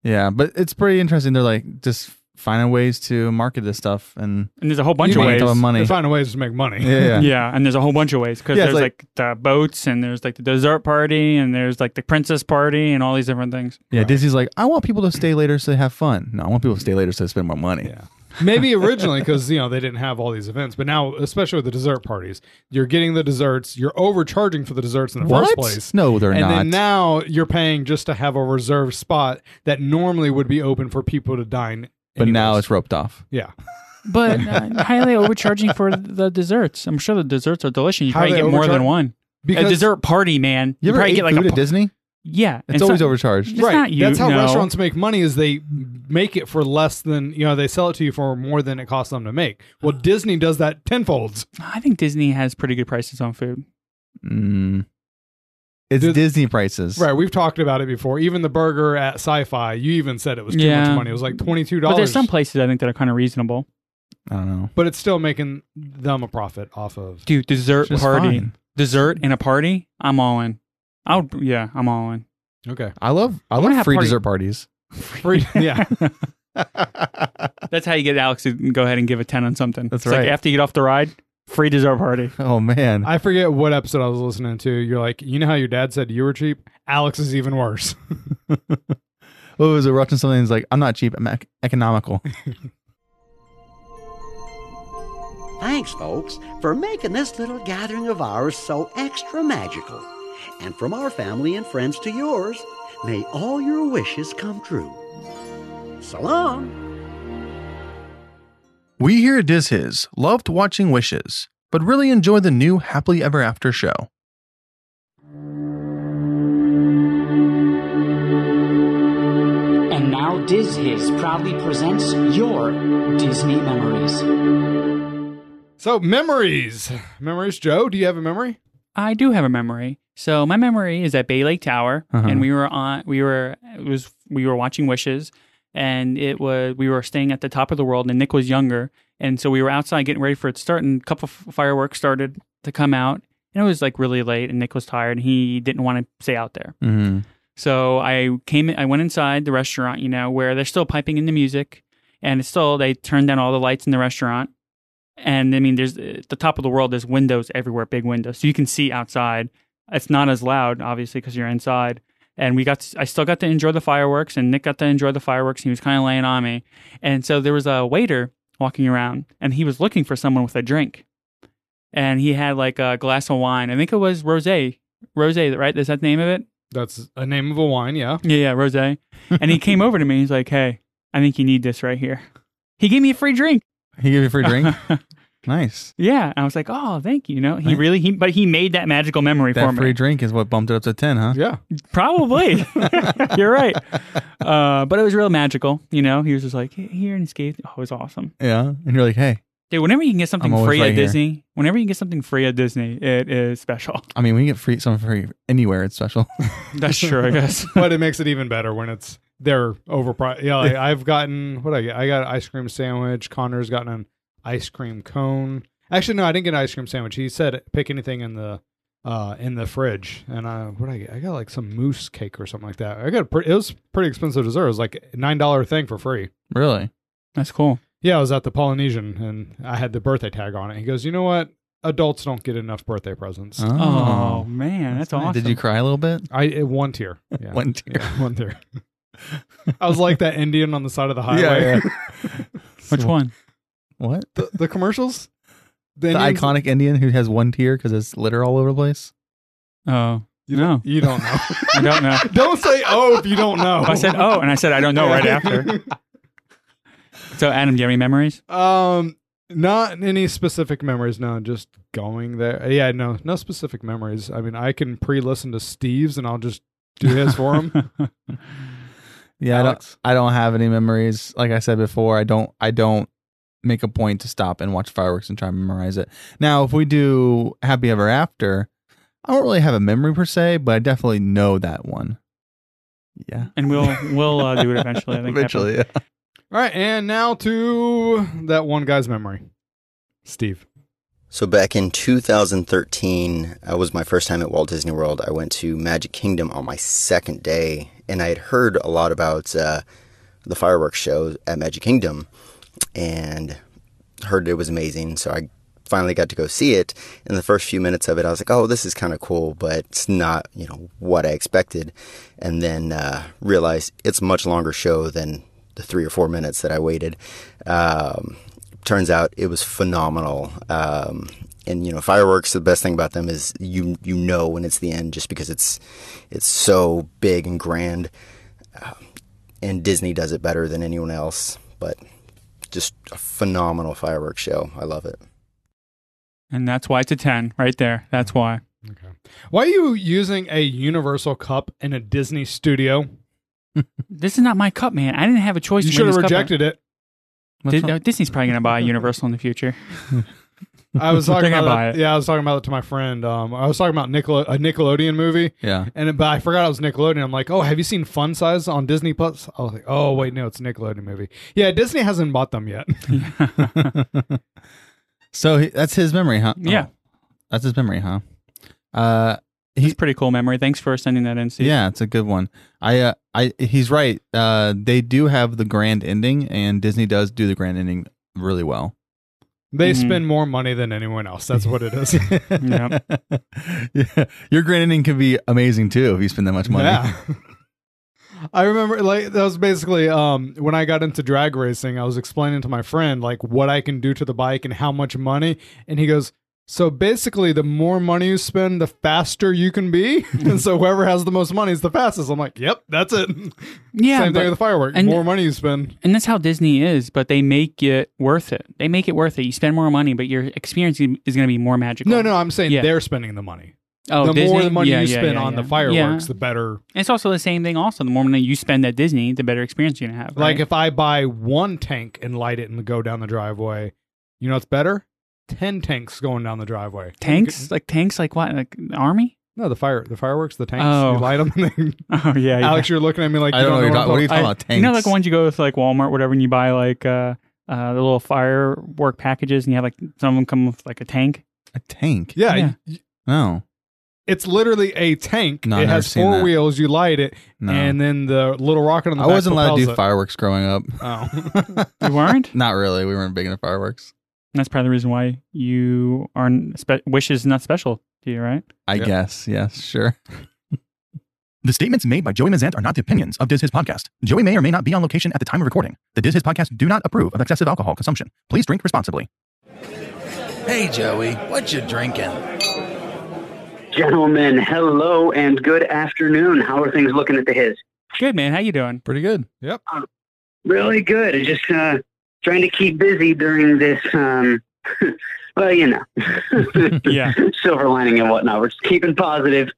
Speaker 2: Yeah. But it's pretty interesting. They're like just finding ways to market this stuff and
Speaker 3: and there's a whole bunch
Speaker 2: make
Speaker 3: of
Speaker 2: a
Speaker 3: ways.
Speaker 2: ton of
Speaker 4: They
Speaker 2: money.
Speaker 4: find ways to make money.
Speaker 2: Yeah, yeah.
Speaker 3: Yeah, and there's a whole bunch of ways because
Speaker 2: Yeah, it's
Speaker 3: there's like,
Speaker 2: like-
Speaker 3: the boats and there's like the dessert party and there's like the princess party and all these different things.
Speaker 2: Yeah, Disney's like, I want people to stay later so they have fun. No, I want people to stay later so they spend more money.
Speaker 4: Yeah. Maybe originally because you know they didn't have all these events, but now, especially with the dessert parties, you're getting the desserts. You're overcharging for the desserts in the first
Speaker 2: What?
Speaker 4: place.
Speaker 2: No, they're
Speaker 4: and
Speaker 2: not.
Speaker 4: then now you're paying just to have a reserved spot that normally would be open for people to dine.
Speaker 2: but now
Speaker 4: anyways.
Speaker 2: it's roped off.
Speaker 4: yeah.
Speaker 3: But uh, how are they overcharging for the desserts? I'm sure the desserts are delicious. You
Speaker 4: How
Speaker 3: probably
Speaker 4: they
Speaker 3: get more than
Speaker 4: overcharge?
Speaker 3: one. a dessert party, man.
Speaker 2: You,
Speaker 3: You,
Speaker 2: ever
Speaker 3: probably
Speaker 2: ate
Speaker 3: get like
Speaker 2: food
Speaker 3: a
Speaker 2: at Disney?
Speaker 3: yeah.
Speaker 2: It's e-, always overcharged.
Speaker 3: It's
Speaker 4: right.
Speaker 3: not you,
Speaker 4: That's how
Speaker 3: no.
Speaker 4: restaurants make money is they make it for less than you know they sell it to you for more than it costs them to make. Well, Disney does that tenfolds.
Speaker 3: I think Disney has pretty good prices on food.
Speaker 2: Mm. It's
Speaker 4: Did-
Speaker 2: Disney prices.
Speaker 4: Right. We've talked about it before. Even the burger at Sci-Fi, you even said it was too
Speaker 3: Yeah.
Speaker 4: much money. It was like twenty two
Speaker 3: But
Speaker 4: dollars.
Speaker 3: there's some places I think that are kind of reasonable.
Speaker 2: I don't know.
Speaker 4: but it's still making them a profit off of.
Speaker 3: Dude, dessert
Speaker 2: Just
Speaker 3: party,
Speaker 2: fine.
Speaker 3: dessert and a party. I'm all in. I'll yeah, I'm all in.
Speaker 4: Okay.
Speaker 2: I love I
Speaker 3: wanna
Speaker 2: love
Speaker 3: have
Speaker 2: free
Speaker 3: party-
Speaker 2: dessert parties.
Speaker 4: Free, yeah.
Speaker 3: That's how you get Alex to go ahead and give a ten on something.
Speaker 2: That's
Speaker 3: It's like
Speaker 2: right.
Speaker 3: after you get off the ride, free dessert party.
Speaker 2: Oh man.
Speaker 4: I forget what episode I was listening to. You're like, you know how your dad said you were cheap? Alex is even worse.
Speaker 2: What was it? Watching something that's like, I'm not cheap, I'm ec- economical.
Speaker 9: Thanks, folks, for making this little gathering of ours so extra magical. And from our family and friends to yours, may all your wishes come true. So long.
Speaker 8: We here at Diz His loved watching Wishes, but really enjoy the new Happily Ever After show.
Speaker 10: And now Diz His proudly presents your Disney memories.
Speaker 4: so memories, memories. Joe, do you have a memory?
Speaker 3: I do have a memory. So my memory is at Bay Lake Tower,
Speaker 2: Uh-huh.
Speaker 3: and we were on. We were it was we were watching Wishes, and it was we were staying at the top of the world, and Nick was younger, and so we were outside getting ready for it to start, and a couple f- fireworks started to come out, and it was like really late, and Nick was tired, and he didn't want to stay out there.
Speaker 2: mm-hmm.
Speaker 3: So I came, I went inside the restaurant, you know, where they're still piping in the music, and it's still they turned down all the lights in the restaurant, and I mean, there's at the top of the world. There's windows everywhere, big windows, so you can see outside. It's not as loud, obviously, because you're inside. And we got, to, I still got to enjoy the fireworks, and Nick got to enjoy the fireworks. He was kind of laying on me, and so there was a waiter walking around, and he was looking for someone with a drink, and he had like a glass of wine. I think it was rosé, rosé, right? Is that the name of it?
Speaker 4: That's a name of a wine, yeah.
Speaker 3: Yeah, yeah, rose. And he came over to me. He's like, "Hey, I think you need this right here." He gave me a free drink.
Speaker 2: He gave you a free drink? nice.
Speaker 3: yeah, and I was like, "Oh, thank you." You know, he
Speaker 2: Right.
Speaker 3: really he, but he made that magical memory for
Speaker 2: That
Speaker 3: me.
Speaker 2: free drink is what bumped it up to ten, huh?
Speaker 4: Yeah.
Speaker 3: Probably, you're right. Uh, but it was real magical. You know, he was just like here and he gave. Oh, it was awesome,
Speaker 2: Yeah. And you're like, hey,
Speaker 3: dude. Whenever you can get something
Speaker 2: I'm always
Speaker 3: free
Speaker 2: right
Speaker 3: at
Speaker 2: here.
Speaker 3: Disney, whenever you can get something free at Disney, it is special.
Speaker 2: I mean, we get free something free anywhere. It's special.
Speaker 3: That's true, I guess.
Speaker 4: But it makes it even better when it's they're overpriced. Yeah, like, I've gotten what I get. I got an ice cream sandwich. Connor's gotten an ice cream cone. Actually, no, I didn't get an ice cream sandwich. He said pick anything in the uh in the fridge. And I what I get? I got like some mousse cake or something like that. I got a pre- it was pretty expensive dessert. It was like a nine dollar thing for free.
Speaker 2: really?
Speaker 3: That's cool.
Speaker 4: Yeah, I was at the Polynesian and I had the birthday tag on it. He goes, you know what? Adults don't get enough birthday presents.
Speaker 3: Oh, man, that's,
Speaker 2: nice.
Speaker 3: awesome.
Speaker 2: Did you cry a little bit?
Speaker 4: I it, one tier. Yeah.
Speaker 2: One tear.
Speaker 4: Yeah, one tier. I was like that Indian on the side of the highway.
Speaker 3: Which one?
Speaker 2: What?
Speaker 4: The, the commercials,
Speaker 2: The
Speaker 4: Indians-
Speaker 2: iconic Indian who has one tear because it's litter all over the place.
Speaker 3: Oh,
Speaker 4: You
Speaker 3: No.
Speaker 4: don't, you don't know.
Speaker 3: I don't know.
Speaker 4: don't say oh if you don't know.
Speaker 3: I said, oh, and I said, I don't know right after. So, Adam, do you have any memories?
Speaker 4: Um, not any specific memories. No, just going there. Yeah, no, no specific memories. I mean, I can pre-listen to Steve's and I'll just do his for him.
Speaker 2: Yeah, I don't,
Speaker 4: Alex?
Speaker 2: I don't have any memories. Like I said before, I don't I don't make a point to stop and watch fireworks and try and memorize it. Now, if we do Happy Ever After, I don't really have a memory per se, but I definitely know that one. Yeah.
Speaker 3: and we'll we'll uh, do it eventually. I think
Speaker 2: Eventually, yeah.
Speaker 4: All right, and now to that one guy's memory. Steve.
Speaker 11: So back in 2013, uh, was my first time at Walt Disney World. I went to Magic Kingdom on my second day, and I had heard a lot about uh, the fireworks show at Magic Kingdom, and heard it was amazing. So I finally got to go see it. In the first few minutes of it, I was like, "Oh, this is kind of cool," but it's not, you know, what I expected. And then uh, realized it's a much longer show than the three or four minutes that I waited. Um, turns out it was phenomenal. Um, and you know, fireworks. The best thing about them is you you know when it's the end, just because it's it's so big and grand. Um, and Disney does it better than anyone else. But just a phenomenal fireworks show. I love it.
Speaker 3: and that's why it's a ten right there. That's why.
Speaker 4: Okay. Why are you using a Universal cup in a Disney studio?
Speaker 3: This is not my cup, man. I didn't have a choice.
Speaker 4: You
Speaker 3: in
Speaker 4: should have
Speaker 3: this cup.
Speaker 4: rejected it.
Speaker 3: Di- uh, Disney's probably gonna buy Universal in the future.
Speaker 4: I was
Speaker 3: They're
Speaker 4: talking
Speaker 3: gonna
Speaker 4: about
Speaker 3: buy
Speaker 4: that-
Speaker 3: it.
Speaker 4: yeah, I was talking about it to my friend. Um, I was talking about Nickel a Nickelodeon movie,
Speaker 2: Yeah.
Speaker 4: and it- but I forgot it was Nickelodeon. I'm like, oh, have you seen Fun Size on Disney Plus? I was like, oh wait, no, it's a Nickelodeon movie. Yeah, Disney hasn't bought them yet.
Speaker 2: so he, that's his memory, huh? Oh,
Speaker 3: Yeah.
Speaker 4: Oh.
Speaker 2: that's his memory, huh? Uh,
Speaker 3: It's a pretty cool memory. Thanks for sending that in. Steve.
Speaker 2: yeah, it's a good one. I, uh, I, he's right. Uh, they do have the grand ending, and Disney does do the grand ending really well.
Speaker 4: They
Speaker 3: Mhm.
Speaker 4: spend more money than anyone else. That's what it is.
Speaker 3: Yep.
Speaker 2: yeah. Your grand ending can be amazing too if you spend that much money.
Speaker 4: Yeah. I remember like that was basically um when I got into drag racing, I was explaining to my friend like what I can do to the bike and how much money and he goes so basically the more money you spend the faster you can be and so whoever has the most money is the fastest. I'm like, "Yep, that's it."
Speaker 3: yeah.
Speaker 4: Same
Speaker 3: but-
Speaker 4: thing with the firework.
Speaker 3: and-
Speaker 4: more money you spend.
Speaker 3: and that's how Disney is, but they make it worth it. They make it worth it. You spend more money, but your experience is going to be more magical.
Speaker 4: No, no, I'm saying
Speaker 3: Yeah.
Speaker 4: they're spending the money.
Speaker 3: Oh,
Speaker 4: the
Speaker 3: Disney?
Speaker 4: more the money
Speaker 3: Yeah,
Speaker 4: you
Speaker 3: yeah,
Speaker 4: spend
Speaker 3: yeah,
Speaker 4: on the
Speaker 3: yeah.
Speaker 4: fireworks,
Speaker 3: Yeah.
Speaker 4: the better
Speaker 3: It's also the same thing. Also, the more money you spend at Disney, the better experience you're gonna have.
Speaker 4: Like
Speaker 3: right?
Speaker 4: if I buy one tank and light it and go down the driveway, you know what's better? Ten tanks going down the driveway.
Speaker 3: tanks, like tanks, like what, like the army?
Speaker 4: No, the fire, the fireworks, the tanks.
Speaker 3: Oh.
Speaker 4: You light them. And then,
Speaker 3: Oh yeah,
Speaker 4: Alex, you're looking at me like
Speaker 2: I
Speaker 4: you
Speaker 2: don't know. What, you're
Speaker 4: don't know.
Speaker 2: talking, what are you
Speaker 3: I-
Speaker 2: talking about? Tanks.
Speaker 3: You know, like the ones you go with, like Walmart, whatever, and you buy like uh, uh, the little firework packages, and you have like some of them come with like a tank.
Speaker 2: a tank.
Speaker 4: yeah,
Speaker 3: Yeah.
Speaker 4: y-
Speaker 2: No.
Speaker 4: it's literally a tank.
Speaker 2: No, I've
Speaker 4: it
Speaker 2: never
Speaker 4: has
Speaker 2: seen
Speaker 4: four
Speaker 2: that.
Speaker 4: wheels. You light it,
Speaker 2: No.
Speaker 4: and then the little rocket on the
Speaker 2: I
Speaker 4: back
Speaker 2: wasn't allowed to do
Speaker 4: propels
Speaker 2: fireworks growing up.
Speaker 4: it. Oh.
Speaker 3: You weren't.
Speaker 2: Not really. We weren't big into fireworks.
Speaker 3: That's probably the reason why you aren't. Spe- wish is not special to you, right?
Speaker 2: I
Speaker 4: Yeah.
Speaker 2: guess. Yes. Sure.
Speaker 8: The statements made by Joey Mazant are not the opinions of Diz His Podcast. Joey may or may not be on location at the time of recording. The Diz His Podcast do not approve of excessive alcohol consumption. Please drink responsibly.
Speaker 12: Hey, Joey, what you drinking?
Speaker 13: Gentlemen, hello and good afternoon. How are things looking at the His?
Speaker 3: Good man, how you doing?
Speaker 2: Pretty good.
Speaker 13: Really good. It's Just uh, trying to keep busy during this. Um, well, you know,
Speaker 3: Yeah.
Speaker 13: silver lining and whatnot. We're just keeping positive.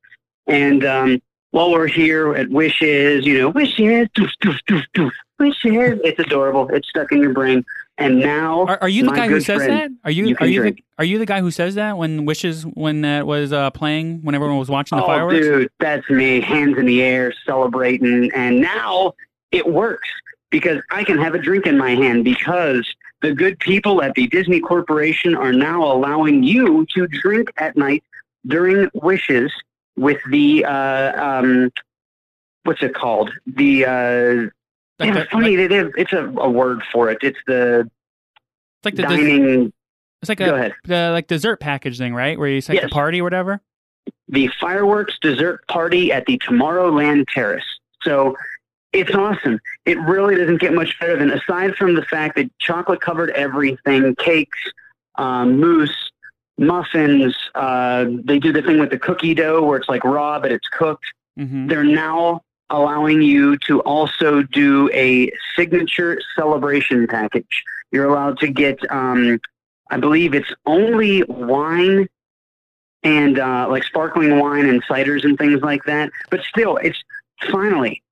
Speaker 13: And um, while we're here at Wishes, you know, Wishes, doof, doof, doof, doof, Wishes. It's adorable. It's stuck in your brain. And now,
Speaker 3: Are, are you the
Speaker 13: My
Speaker 3: guy who
Speaker 13: good
Speaker 3: says
Speaker 13: friend,
Speaker 3: that? Are you,
Speaker 13: you
Speaker 3: are
Speaker 13: can
Speaker 3: you the,
Speaker 13: drink.
Speaker 3: are you the guy who says that when wishes when that was uh, playing when everyone was watching the
Speaker 13: oh,
Speaker 3: fireworks?
Speaker 13: dude, that's me. Hands in the air, celebrating. And now it works because I can have a drink in my hand because the good people at the Disney Corporation are now allowing you to drink at night during wishes with the uh, um, what's it called? The uh,
Speaker 3: Like
Speaker 13: yeah,
Speaker 3: the-
Speaker 13: it's funny. they have, it's a, a word for it. It's the
Speaker 3: it's like the des-
Speaker 13: dining.
Speaker 3: it's like a
Speaker 13: Go ahead.
Speaker 3: the, like dessert package thing, right? Where you it's like the
Speaker 13: Yes.
Speaker 3: party or whatever.
Speaker 13: the fireworks dessert party at the Tomorrowland Terrace. So It's awesome. It really doesn't get much better than aside from the fact that chocolate covered everything, cakes, um, mousse, muffins. Uh, they do the thing with the cookie dough where it's like raw but it's cooked.
Speaker 3: Mm-hmm.
Speaker 13: They're now allowing you to also do a signature celebration package. You're allowed to get, um, I believe it's only wine and uh, like sparkling wine and ciders and things like that. But still, it's finally,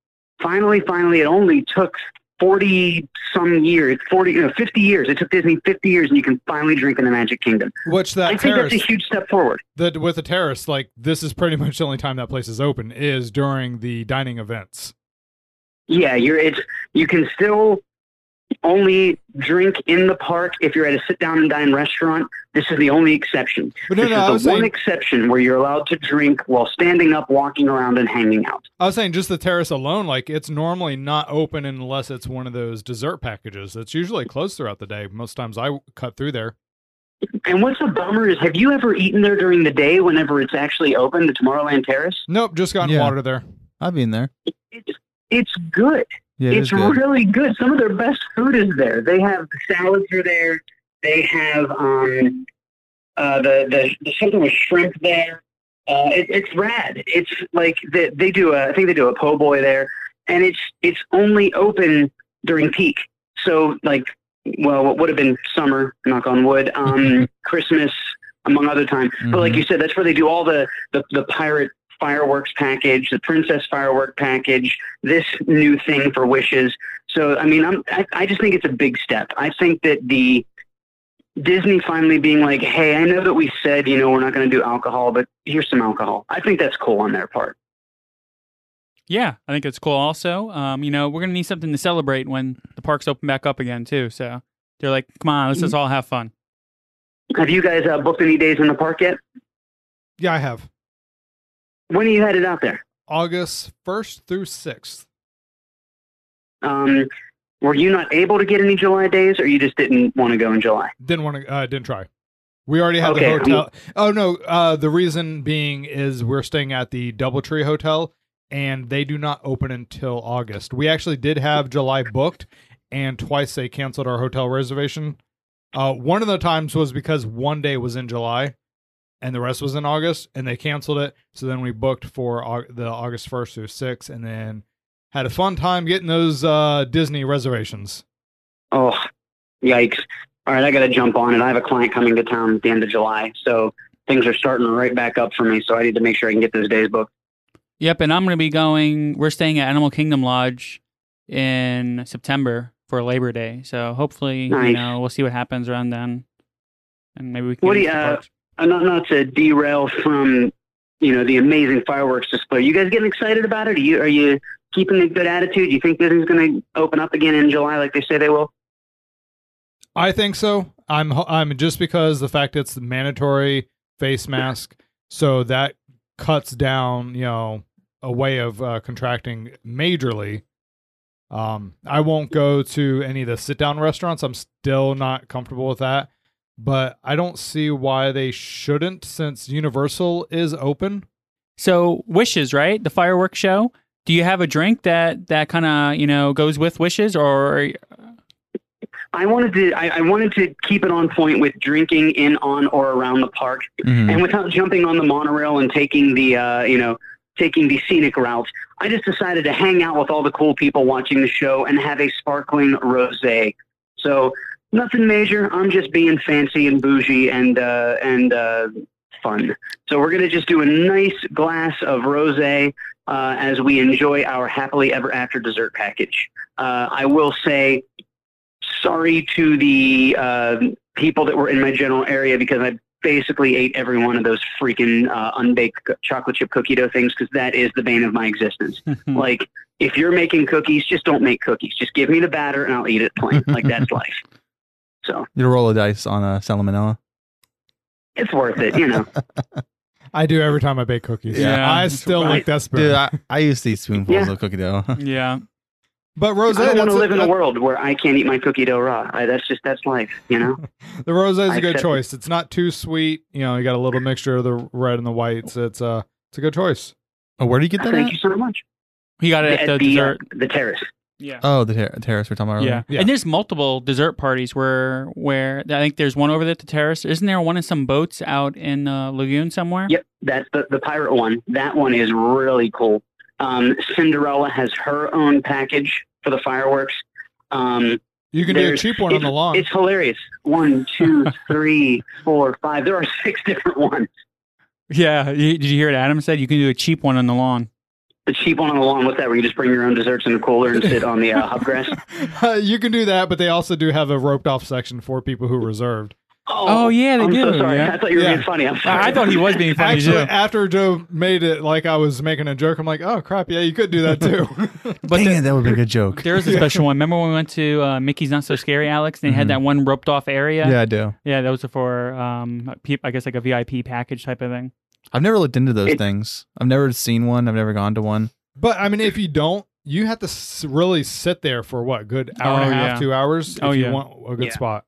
Speaker 13: finally, finally, it only took 40 some years, 40, you know, 50 years. It took Disney 50 years and you can finally drink in the Magic Kingdom.
Speaker 4: Which that
Speaker 13: I think that's a
Speaker 4: terrace-
Speaker 13: huge step forward.
Speaker 4: That with the terrace, like this is pretty much the only time that place is open is during the dining events.
Speaker 13: Yeah, you're it's you can still only drink in the park if you're at a sit down and dine restaurant. This is the only exception.
Speaker 4: But no,
Speaker 13: this
Speaker 4: no, I
Speaker 13: is the one
Speaker 4: was saying-
Speaker 13: exception where you're allowed to drink while standing up, walking around and hanging out.
Speaker 4: I was saying just the terrace alone, like it's normally not open unless it's one of those dessert packages. It's usually closed throughout the day. Most times I cut through there.
Speaker 13: And what's a bummer is have you ever eaten there during the day whenever it's actually open, the Tomorrowland Terrace?
Speaker 4: Nope, just gotten
Speaker 2: Yeah.
Speaker 4: water there.
Speaker 2: I've been there.
Speaker 13: It's good.
Speaker 2: Yeah, it
Speaker 13: it's
Speaker 2: is good.
Speaker 13: really good. Some of their best food is there. They have salads are there. They have um, uh, the, the the something with shrimp there. Uh, it, it's rad. It's like they, they do. A, I think they do a po' boy there, and it's it's only open during peak. So like, well, what would have been summer? Knock on wood. Um, Christmas, among other time.
Speaker 2: Mm-hmm.
Speaker 13: But like you said, that's where they do all the the, the pirate fireworks package, the princess firework package, this new thing for wishes. So I mean, I'm, I, I just think it's a big step. I think that the Disney finally being like, hey, I know that we said you know we're not going to do alcohol, but here's some alcohol. I think that's cool on their part.
Speaker 3: Yeah, I think it's cool. Also, um, you know, we're gonna need something to celebrate when the parks open back up again too. So they're like, come on, let's just
Speaker 13: Mm-hmm.
Speaker 3: all have fun.
Speaker 13: Have you guys uh, booked any days in the park yet?
Speaker 4: Yeah, I have.
Speaker 13: When are you headed out there?
Speaker 4: August first through sixth.
Speaker 13: Um, were you not able to get any July days, or you just didn't want to go in July?
Speaker 4: Didn't want to. Uh, didn't try. We already had the
Speaker 13: Okay, I'm-
Speaker 4: hotel. Oh no. Uh, the reason being is we're staying at the DoubleTree Hotel, and they do not open until August. We actually did have July booked, and twice they canceled our hotel reservation. Uh, one of the times was because one day was in July, and the rest was in August, and they canceled it. So then we booked for Au- the August first through sixth, and then had a fun time getting those uh, Disney reservations.
Speaker 13: Oh, yikes. All right, I got to jump on it. I have a client coming to town at the end of July, so things are starting right back up for me. So I need to make sure I can get those days booked.
Speaker 3: Yep, and I'm gonna be going. We're staying at Animal Kingdom Lodge in September for Labor Day. So hopefully, you
Speaker 13: Nice.
Speaker 3: know, we'll see what happens around then, and maybe we can.
Speaker 13: What do
Speaker 3: get
Speaker 13: you,
Speaker 3: into the
Speaker 13: uh,
Speaker 3: parks.
Speaker 13: uh, not, not to derail from, you know, the amazing fireworks display. You guys getting excited about it? Are you, are you keeping a good attitude? You think Disney's going to open up again in July like they say they will?
Speaker 4: I think so. I'm ho- I'm just because the fact it's mandatory face mask, so that cuts down you know a way of uh, contracting majorly. Um, I won't go to any of the sit down restaurants. I'm still not comfortable with that, but I don't see why they shouldn't since Universal is open.
Speaker 3: So wishes, right? The fireworks show. Do you have a drink that that kind of you know goes with wishes, or
Speaker 13: I wanted to I, I wanted to keep it on point with drinking in on or around the park
Speaker 3: Mhm.
Speaker 13: and without jumping on the monorail and taking the uh, you know taking the scenic route. I just decided to hang out with all the cool people watching the show and have a sparkling rosé. So nothing major. I'm just being fancy and bougie and uh, and uh, fun. So we're gonna just do a nice glass of rosé uh, as we enjoy our happily ever after dessert package. Uh, I will say sorry to the uh, people that were in my general area because I basically ate every one of those freaking uh, unbaked c- chocolate chip cookie dough things because that is the bane of my existence.
Speaker 3: Hmm.
Speaker 13: like, if you're making cookies, just don't make cookies. Just give me the batter and I'll eat it plain. like, that's life. So
Speaker 2: You roll a dice on uh, salmonella.
Speaker 13: it's worth it, you know.
Speaker 4: I do every time I bake cookies.
Speaker 2: Yeah.
Speaker 4: I still
Speaker 13: Right.
Speaker 4: like that spoon.
Speaker 2: Dude, I, I used to eat spoonfuls
Speaker 13: Yeah.
Speaker 2: of cookie dough.
Speaker 3: yeah.
Speaker 4: But Rose,
Speaker 13: I don't want
Speaker 4: that's
Speaker 13: to
Speaker 4: a-
Speaker 13: live in a
Speaker 4: that-
Speaker 13: world where I can't eat my cookie dough raw. I, that's just, that's life, you know?
Speaker 4: The rose is
Speaker 13: I
Speaker 4: a good
Speaker 13: accept it.
Speaker 4: choice. It's not too sweet. You know, you got a little mixture of the red and the white. So it's uh it's a good choice.
Speaker 2: Oh, where do you get
Speaker 13: Thank you so much.
Speaker 3: He got it at the
Speaker 13: uh,
Speaker 3: dessert.
Speaker 13: the terrace.
Speaker 3: Yeah.
Speaker 2: Oh, the ter- terrace we're talking about.
Speaker 3: Yeah.
Speaker 2: Earlier.
Speaker 3: and there's multiple dessert parties where where I think there's one over there at the terrace. Isn't there one in some boats out in the lagoon somewhere?
Speaker 13: Yep, that's the, the pirate one. That one is really cool. Um, Cinderella has her own package for the fireworks. Um,
Speaker 4: You can do a
Speaker 13: there's-
Speaker 4: cheap one on
Speaker 13: it's-
Speaker 4: the lawn.
Speaker 13: It's hilarious. One, two, three, four, five. There are six different ones.
Speaker 3: Yeah. You- Did you hear what Adam said? You can do a cheap one on the lawn.
Speaker 13: The cheap one on the lawn. What's that? Where you just bring your own desserts in a cooler and sit on the uh, hub grass?
Speaker 4: you can do that, but they also do have a roped off section for people who reserved.
Speaker 3: Oh, yeah, they
Speaker 13: I'm
Speaker 3: do.
Speaker 13: So sorry.
Speaker 3: yeah.
Speaker 13: I thought you were
Speaker 4: Yeah.
Speaker 13: being funny. I'm sorry.
Speaker 3: I thought he was being funny
Speaker 4: Actually,
Speaker 3: too.
Speaker 4: after Joe made it like I was making a joke, I'm like, oh crap, yeah, you could do that too.
Speaker 3: But
Speaker 2: Dang it, that would be a good joke.
Speaker 3: There is a special one. Remember when we went to uh, Mickey's Not So Scary, Alex? And they had
Speaker 2: Mhm.
Speaker 3: that one roped off area.
Speaker 2: Yeah, I do.
Speaker 3: Mm-hmm. Yeah, that was for um, peop- I guess like a VIP package type of thing.
Speaker 2: I've never looked into those
Speaker 3: It-
Speaker 2: things. I've never seen one. I've never gone to one.
Speaker 4: But I mean, if you don't, you have to s- really sit there for what a good hour and
Speaker 3: Oh,
Speaker 4: a half,
Speaker 3: yeah.
Speaker 4: two hours.
Speaker 3: Oh,
Speaker 4: if
Speaker 3: yeah.
Speaker 4: you want a good
Speaker 3: Yeah.
Speaker 4: spot.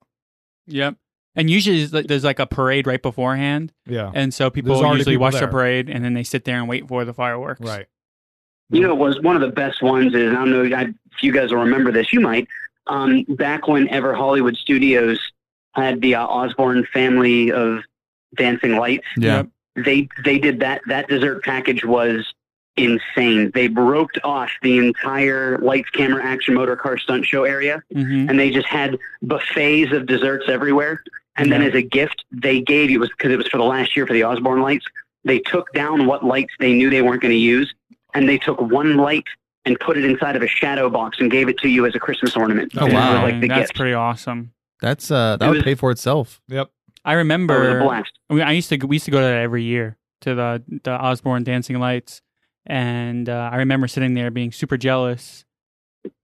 Speaker 3: Yep. And usually there's like, there's like a parade right beforehand.
Speaker 4: Yeah.
Speaker 3: And so people
Speaker 4: There's already
Speaker 3: usually
Speaker 4: people
Speaker 3: watch the
Speaker 4: there.
Speaker 3: parade and then they sit there and wait for the fireworks.
Speaker 4: Right.
Speaker 13: You know, it was one of the best ones is, and I don't know I, if you guys will remember this, you might. Um, back whenever Hollywood Studios had the uh, Osborne family of Dancing Lights,
Speaker 2: Yeah.
Speaker 13: they they did that. That dessert package was insane. They roped off the entire lights, camera, action, motor car stunt show area,
Speaker 3: Mm-hmm.
Speaker 13: and they just had buffets of desserts everywhere. And then as a gift, they gave you was because it was for the last year for the Osborne lights. They took down what lights they knew they weren't going to use, and they took one light and put it inside of a shadow box and gave it to you as a Christmas ornament.
Speaker 2: Oh,
Speaker 13: And it was
Speaker 2: wow.
Speaker 13: Like the
Speaker 3: That's
Speaker 13: gift.
Speaker 3: pretty awesome.
Speaker 2: That's uh, that
Speaker 13: It
Speaker 2: would
Speaker 13: was-
Speaker 2: pay for itself.
Speaker 4: Yep.
Speaker 3: I remember.
Speaker 13: Oh, it was a blast.
Speaker 3: I, mean, I used to. We used to go to that every year to the the Osborne Dancing Lights, and uh, I remember sitting there being super jealous,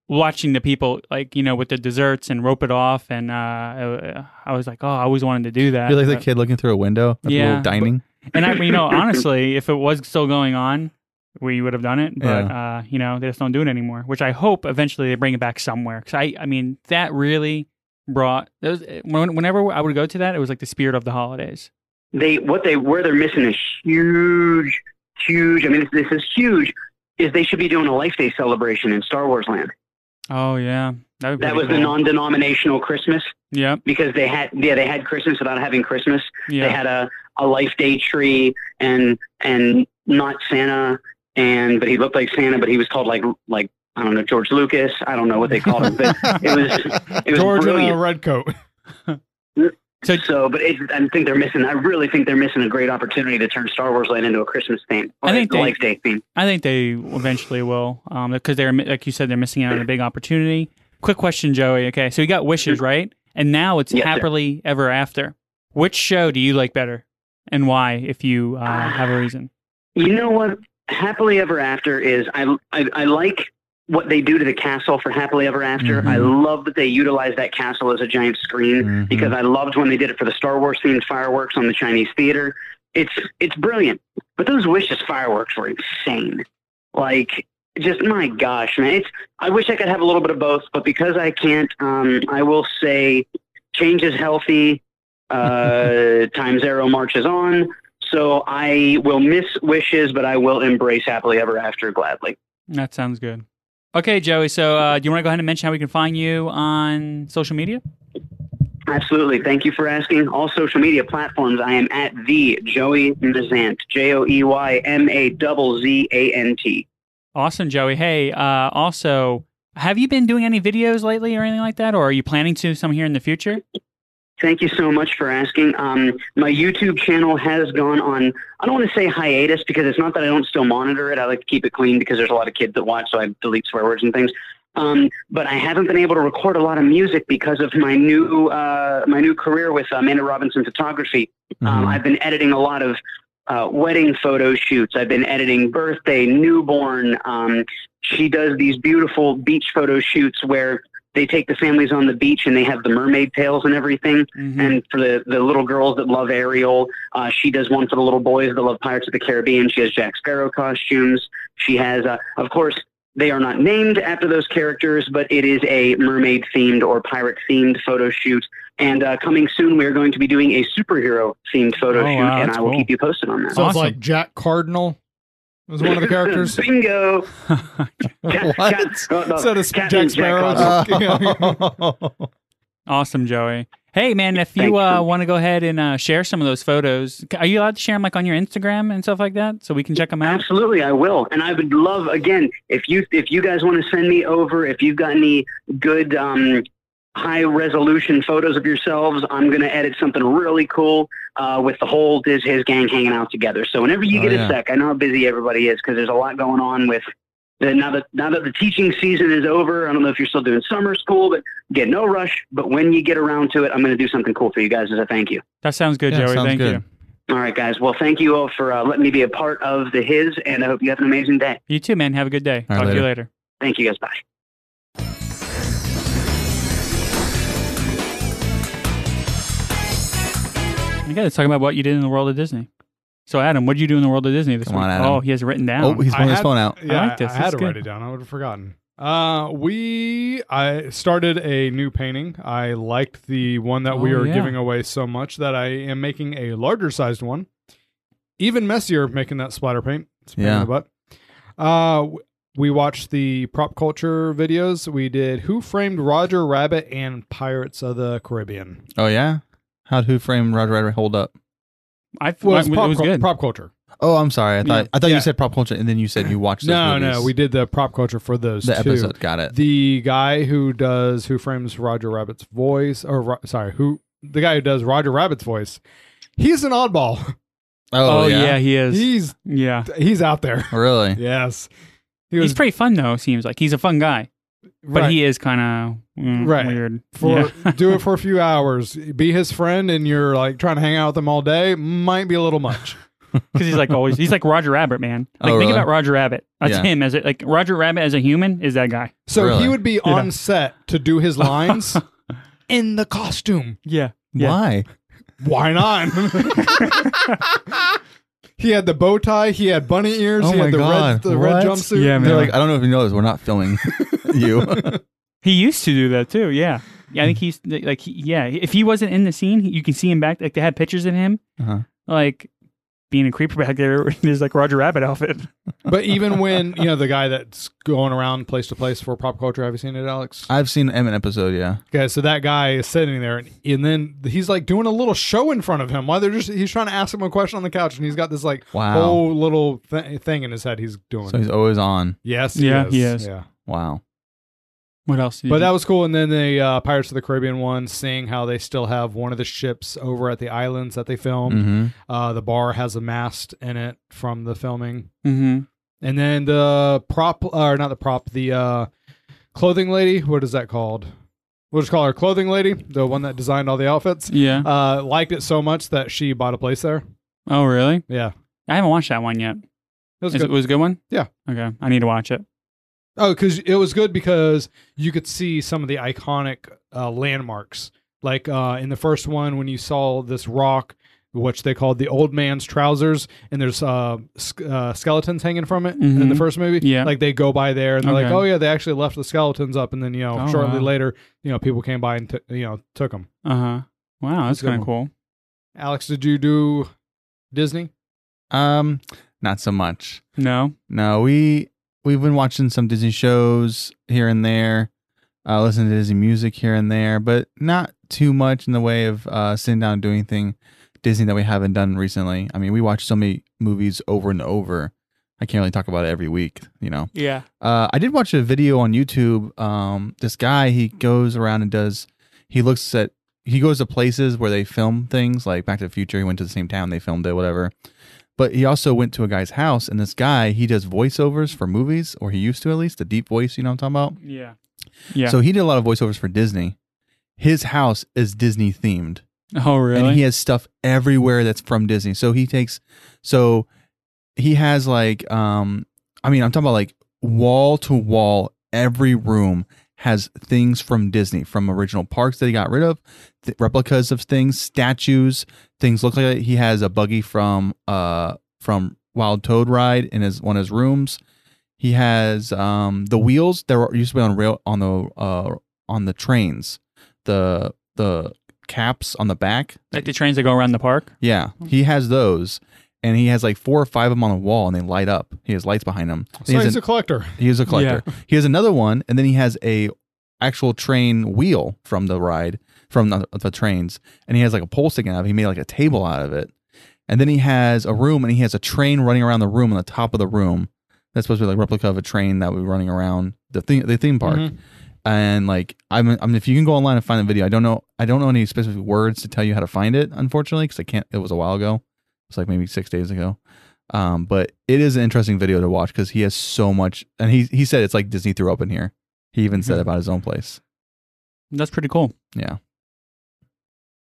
Speaker 3: watching the people like you know with the desserts and rope it off, and uh, I, I was like, oh, I always wanted to do that.
Speaker 2: You're like the
Speaker 3: but-
Speaker 2: kid looking through a window at the
Speaker 3: Yeah.
Speaker 2: little dining.
Speaker 3: And I, you know, honestly, if it was still going on, we would have done it. But uh, you know, they just don't do it anymore. Which I hope eventually they bring it back somewhere. Because I, I mean, that really brought. That was, eh, when- whenever I would go to that, it was like the spirit of the holidays.
Speaker 13: they what they where they're missing is huge, huge. I mean, this, this is huge. Is they should be doing a Life Day celebration in Star Wars Land.
Speaker 3: Oh yeah, that,
Speaker 13: That was the non-denominational Christmas
Speaker 3: Yep.
Speaker 13: because they had yeah they had Christmas without having Christmas.
Speaker 3: Yeah.
Speaker 13: They had a, a Life Day tree and and not Santa and but he looked like Santa but he was called like like I don't know George Lucas. I don't know what they called him, but it was it was
Speaker 3: uh,
Speaker 4: George in a
Speaker 13: brilliant.
Speaker 4: red coat.
Speaker 13: So, but it, I think they're missing. I really think they're missing a great opportunity to turn Star Wars Land into a Christmas theme. Or
Speaker 3: I think
Speaker 13: a
Speaker 3: they-
Speaker 13: Life Day theme.
Speaker 3: I think they eventually will, um, because they're mi- like you said, they're missing out on a big opportunity. Quick question, Joey. Okay, so you got wishes, right? And now it's
Speaker 13: Mm-hmm. Yes, sir.
Speaker 3: happily ever after. Which show do you like better, and why? If you uh,
Speaker 13: Ah.
Speaker 3: have a reason.
Speaker 13: You know what? Happily Ever After is I, I I like what they do to the castle for Happily Ever After.
Speaker 3: Mm-hmm.
Speaker 13: I love that they utilize that castle as a giant screen
Speaker 2: Mm-hmm.
Speaker 13: because I loved when they did it for the Star Wars themed fireworks on the Chinese theater. It's it's brilliant. But those wishes fireworks were insane. Like just my gosh, man. It's I wish I could have a little bit of both, but because I can't, um, I will say change is healthy. Uh, time zero marches on. So I will miss wishes, but I will embrace happily ever after gladly.
Speaker 3: That sounds good. Okay, Joey. So uh, do you want to go ahead and mention how we can find you on social media?
Speaker 13: Absolutely. Thank you for asking. All social media platforms, I am at the Joey Mazant, J O E Y M A double Z A N T.
Speaker 3: Awesome, Joey. Hey, uh, also, have you been doing any videos lately or anything like that, or are you planning to some here in the future?
Speaker 13: Thank you so much for asking. Um, my YouTube channel has gone on, I don't want to say hiatus because it's not that I don't still monitor it. I like to keep it clean because there's a lot of kids that watch, so I delete swear words and things. Um, but I haven't been able to record a lot of music because of my new, uh, my new career with Amanda Robinson Photography.
Speaker 2: Mm-hmm.
Speaker 13: Um, I've been editing a lot of uh, wedding photo shoots. I've been editing birthday, newborn. Um, she does these beautiful beach photo shoots where they take the families on the beach and they have the mermaid tails and everything.
Speaker 3: Mm-hmm.
Speaker 13: And for the, the little girls that love Ariel, uh, she does one for the little boys that love Pirates of the Caribbean. She has Jack Sparrow costumes. She has, uh, of course, they are not named after those characters, but it is a mermaid themed or pirate themed photo shoot. And uh, coming soon, we are going to be doing a superhero themed photo
Speaker 3: Oh,
Speaker 13: shoot,
Speaker 3: wow,
Speaker 13: and
Speaker 3: that's
Speaker 13: I will
Speaker 3: cool.
Speaker 13: keep you posted on that.
Speaker 4: So it's like Jack Cardinal. was one of the characters.
Speaker 13: Bingo. Cat-
Speaker 4: What?
Speaker 13: cat- oh, no,
Speaker 4: Instead of Jack
Speaker 13: Captain
Speaker 4: Sparrow,
Speaker 13: Sparrow.
Speaker 3: Awesome, Joey. Hey, man, if you uh, want to go ahead and uh, share some of those photos, c- are you allowed to share them like on your Instagram and stuff like that so we can check them out?
Speaker 13: Absolutely, I will, and I would love again if you if you guys want to send me over if you've got any good um, high resolution photos of yourselves. I'm going to edit something really cool uh, with the whole Diz His gang hanging out together. So whenever you
Speaker 14: Oh,
Speaker 13: get
Speaker 14: yeah.
Speaker 13: a sec, I know how busy everybody is because there's a lot going on with. The, now that now that the teaching season is over, I don't know if you're still doing summer school, but again, no rush. But when you get around to it, I'm going to do something cool for you guys as a thank you.
Speaker 3: That sounds good,
Speaker 13: Yeah,
Speaker 3: Joey.
Speaker 13: sounds
Speaker 3: Thank
Speaker 13: good.
Speaker 3: you.
Speaker 13: All right, guys. Well, thank you all for uh, letting me be a part of the His, and I hope you have an amazing day.
Speaker 3: You too, man. Have a good day.
Speaker 13: All right,
Speaker 3: Talk to you
Speaker 13: later.
Speaker 3: later.
Speaker 13: Thank you, guys. Bye.
Speaker 3: You guys talking about what you did in the world of Disney. So, Adam, what did you do in the world of Disney this
Speaker 2: Come
Speaker 3: week?
Speaker 2: on, Adam.
Speaker 3: Oh, he has it written down.
Speaker 2: Oh, he's pulling his phone out.
Speaker 4: Yeah,
Speaker 3: I like this.
Speaker 4: I had
Speaker 3: This
Speaker 4: to
Speaker 3: is
Speaker 4: write
Speaker 3: good.
Speaker 4: it down. I would have forgotten. Uh, we I started a new painting. I liked the one that we
Speaker 3: Oh,
Speaker 4: are
Speaker 3: yeah.
Speaker 4: giving away so much that I am making a larger sized one. Even messier making that splatter paint. It's a pain in
Speaker 2: Yeah.
Speaker 4: the butt. Uh, w- we watched the prop culture videos. We did Who Framed Roger Rabbit and Pirates of the Caribbean.
Speaker 2: Oh yeah. How'd Who Framed Roger Rabbit hold up?
Speaker 3: I
Speaker 4: Well, it's
Speaker 2: mine- it
Speaker 4: pop,
Speaker 2: was
Speaker 4: cul-
Speaker 2: good.
Speaker 4: prop culture.
Speaker 2: Oh, I'm sorry. I thought
Speaker 4: Yeah.
Speaker 2: I thought
Speaker 4: Yeah.
Speaker 2: you said pop culture, and then you said you watched. Those
Speaker 4: No,
Speaker 2: movies.
Speaker 4: no, we did the prop culture for those.
Speaker 2: The
Speaker 4: two.
Speaker 2: episode, got it.
Speaker 4: The guy who does Who Frames Roger Rabbit's voice, or Ro- sorry, who the guy who does Roger Rabbit's voice, he's an oddball.
Speaker 3: Oh, yeah. he is.
Speaker 4: He's
Speaker 3: yeah,
Speaker 4: he's out there.
Speaker 2: Really?
Speaker 4: yes, he
Speaker 3: he's pretty fun though. Seems like he's a fun guy, but
Speaker 4: Right.
Speaker 3: he is kind of mm,
Speaker 4: right.
Speaker 3: weird.
Speaker 4: For
Speaker 3: Yeah.
Speaker 4: do it for a few hours, be his friend, and you're like trying to hang out with him all day. Might be a little much.
Speaker 3: because he's like always he's like Roger Rabbit, man.
Speaker 4: Oh,
Speaker 3: Like think
Speaker 4: really?
Speaker 3: about Roger Rabbit. That's
Speaker 4: Yeah.
Speaker 3: him as it like Roger Rabbit as a human is that guy.
Speaker 4: So he would be
Speaker 3: Yeah.
Speaker 4: on set to do his lines in the costume.
Speaker 3: Yeah. Yeah.
Speaker 2: Why?
Speaker 4: Why not? he had the bow tie. He had bunny ears.
Speaker 3: Oh
Speaker 4: he had the red the red
Speaker 2: What?
Speaker 4: jumpsuit.
Speaker 2: Yeah, man. They're like, I don't know if you know this, we're not filming you.
Speaker 3: He used to do that too. Yeah. Yeah, I think he's like he, yeah. If he wasn't in the scene, you can see him back. Like they had pictures of him,
Speaker 2: Uh-huh.
Speaker 3: like being a creeper back there in his like Roger Rabbit outfit.
Speaker 4: but even when you know the guy that's going around place to place for pop culture, have you seen it, Alex?
Speaker 2: I've seen an episode, yeah.
Speaker 4: Okay, so that guy is sitting there, and, and then he's like doing a little show in front of him. While they're just, he's trying to ask him a question on the couch, and he's got this like
Speaker 2: Wow.
Speaker 4: whole little th- thing in his head. He's doing.
Speaker 2: So he's always on.
Speaker 4: Yes, he Yeah, is. he is. Yeah.
Speaker 2: Wow.
Speaker 3: What else? did
Speaker 4: But
Speaker 3: you-
Speaker 4: that was cool. And then the uh, Pirates of the Caribbean one, seeing how they still have one of the ships over at the islands that they filmed.
Speaker 2: Mhm.
Speaker 4: Uh, the bar has a mast in it from the filming.
Speaker 3: Mhm.
Speaker 4: And then the prop, or not the prop, the uh, clothing lady. What is that called? We'll just call her clothing lady, the one that designed all the outfits.
Speaker 3: Yeah.
Speaker 4: Uh, liked it so much that she bought a place there.
Speaker 3: Oh really?
Speaker 4: Yeah.
Speaker 3: I haven't watched that one yet.
Speaker 4: was
Speaker 3: Is
Speaker 4: good.
Speaker 3: It was a good one.
Speaker 4: Yeah.
Speaker 3: Okay. I need to watch it.
Speaker 4: Oh, because it was good because you could see some of the iconic uh, landmarks. Like uh, in the first one, when you saw this rock, which they called the old man's trousers, and there's uh, sk- uh, skeletons hanging from it in the
Speaker 3: Mhm.
Speaker 4: first movie.
Speaker 3: Yeah.
Speaker 4: Like they go by there and they're like,
Speaker 3: Okay.
Speaker 4: oh, yeah, they actually left the skeletons up. And then, you know,
Speaker 3: Oh,
Speaker 4: shortly
Speaker 3: wow.
Speaker 4: later, you know, people came by and, took you know, took them.
Speaker 3: Uh huh. Wow, that's
Speaker 4: It's a good
Speaker 3: kind of
Speaker 4: one.
Speaker 3: cool.
Speaker 4: Alex, did you do Disney?
Speaker 2: Um, not so much.
Speaker 3: No.
Speaker 2: No, we we've been watching some Disney shows here and there, uh, listening to Disney music here and there, but not too much in the way of uh, sitting down and doing anything Disney that we haven't done recently. I mean, we watch so many movies over and over. I can't really talk about it every week, you know.
Speaker 3: Yeah.
Speaker 2: Uh, I did watch a video on YouTube. Um, this guy he goes around and does. He looks at. He goes to places where they film things, like Back to the Future. He went to the same town they filmed it, whatever. But he also went to a guy's house, and this guy he does voiceovers for movies, or he used to at least the deep voice. You know what I'm talking about?
Speaker 3: Yeah. Yeah.
Speaker 2: So he did a lot of voiceovers for Disney. His house is Disney themed.
Speaker 3: Oh, really?
Speaker 2: And he has stuff everywhere that's from Disney. So he takes so he has like um I mean, I'm talking about like wall to wall every room has things from Disney, from original parks that he got rid of, th- replicas of things, statues, things look like it. he has a buggy from uh from Wild Toad ride in his one of his rooms. He has um, the wheels that were, used to be on rail on the uh, on the trains, the the caps on the back.
Speaker 4: Mm-hmm.
Speaker 3: Like the trains that go around the park.
Speaker 2: Yeah, he has those, and he has like four or five of them on the wall, and they light up. He has lights behind him. And
Speaker 4: So
Speaker 2: he has
Speaker 4: Oh, he's
Speaker 2: an-
Speaker 4: a collector.
Speaker 2: He is a collector.
Speaker 4: Yeah.
Speaker 2: He has another one, and then he has a actual train wheel from the ride from the, the trains, and he has like a pole sticking out. of it. He made like a table out of it, and then he has a room, and he has a train running around the room on the top of the room. That's supposed to be like a replica of a train that would be running around the theme, the theme park.
Speaker 4: Mhm.
Speaker 2: And like I'm, I'm, if you can go online and find the video, I don't know, I don't know any specific words to tell you how to find it, unfortunately, because I can't. It was a while ago. It's like maybe six days ago. Um, but it is an interesting video to watch because he has so much, and he he said it's like Disney threw up in here. He even said about his own place.
Speaker 3: That's pretty cool.
Speaker 2: Yeah,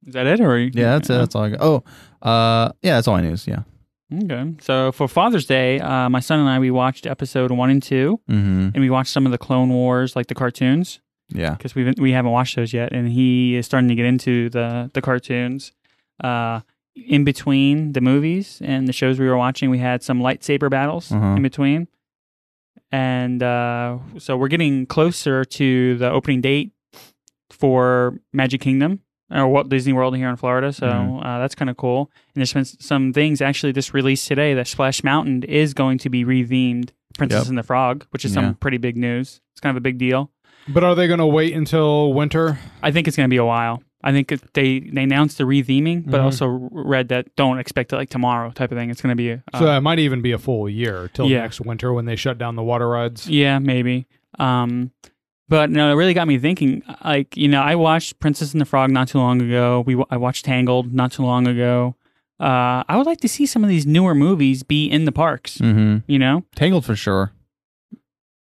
Speaker 3: Is that it? Or
Speaker 2: yeah, that's it. That's all I got. Oh, uh, yeah, that's all I knew. Yeah.
Speaker 3: Okay. So for Father's Day, uh, my son and I we watched episode one and 2
Speaker 2: Mhm.
Speaker 3: and we watched some of the Clone Wars, like the cartoons.
Speaker 2: Yeah.
Speaker 3: because we we haven't watched those yet, and he is starting to get into the the cartoons. Uh, in between the movies and the shows we were watching, we had some lightsaber battles
Speaker 4: Mm-hmm.
Speaker 2: Uh-huh.
Speaker 3: in between, and uh, so we're getting closer to the opening date for Magic Kingdom or Walt Disney World here in Florida. So
Speaker 4: Mm-hmm.
Speaker 2: Mhm.
Speaker 3: uh, that's kind of cool. And there's been s- some things actually just released today that Splash Mountain is going to be rethemed Princess
Speaker 4: Yep.
Speaker 3: and the Frog, which is
Speaker 4: Yeah.
Speaker 3: some pretty big news. It's kind of a big deal.
Speaker 4: But are they going to wait until winter?
Speaker 3: I think it's going to be a while. I think it- they they announced the retheming, but
Speaker 4: Mhm.
Speaker 3: also read that don't expect it like tomorrow type of thing. It's going to be uh,
Speaker 4: So it might even be a full year till
Speaker 3: Yeah.
Speaker 4: next winter when they shut down the water rides.
Speaker 3: yeah, maybe. Um, but no, it really got me thinking. Like you know, I watched Princess and the Frog not too long ago. We wa- I watched Tangled not too long ago. Uh, I would like to see some of these newer movies be in the parks.
Speaker 2: Mm-hmm.
Speaker 3: You know,
Speaker 2: Tangled for sure.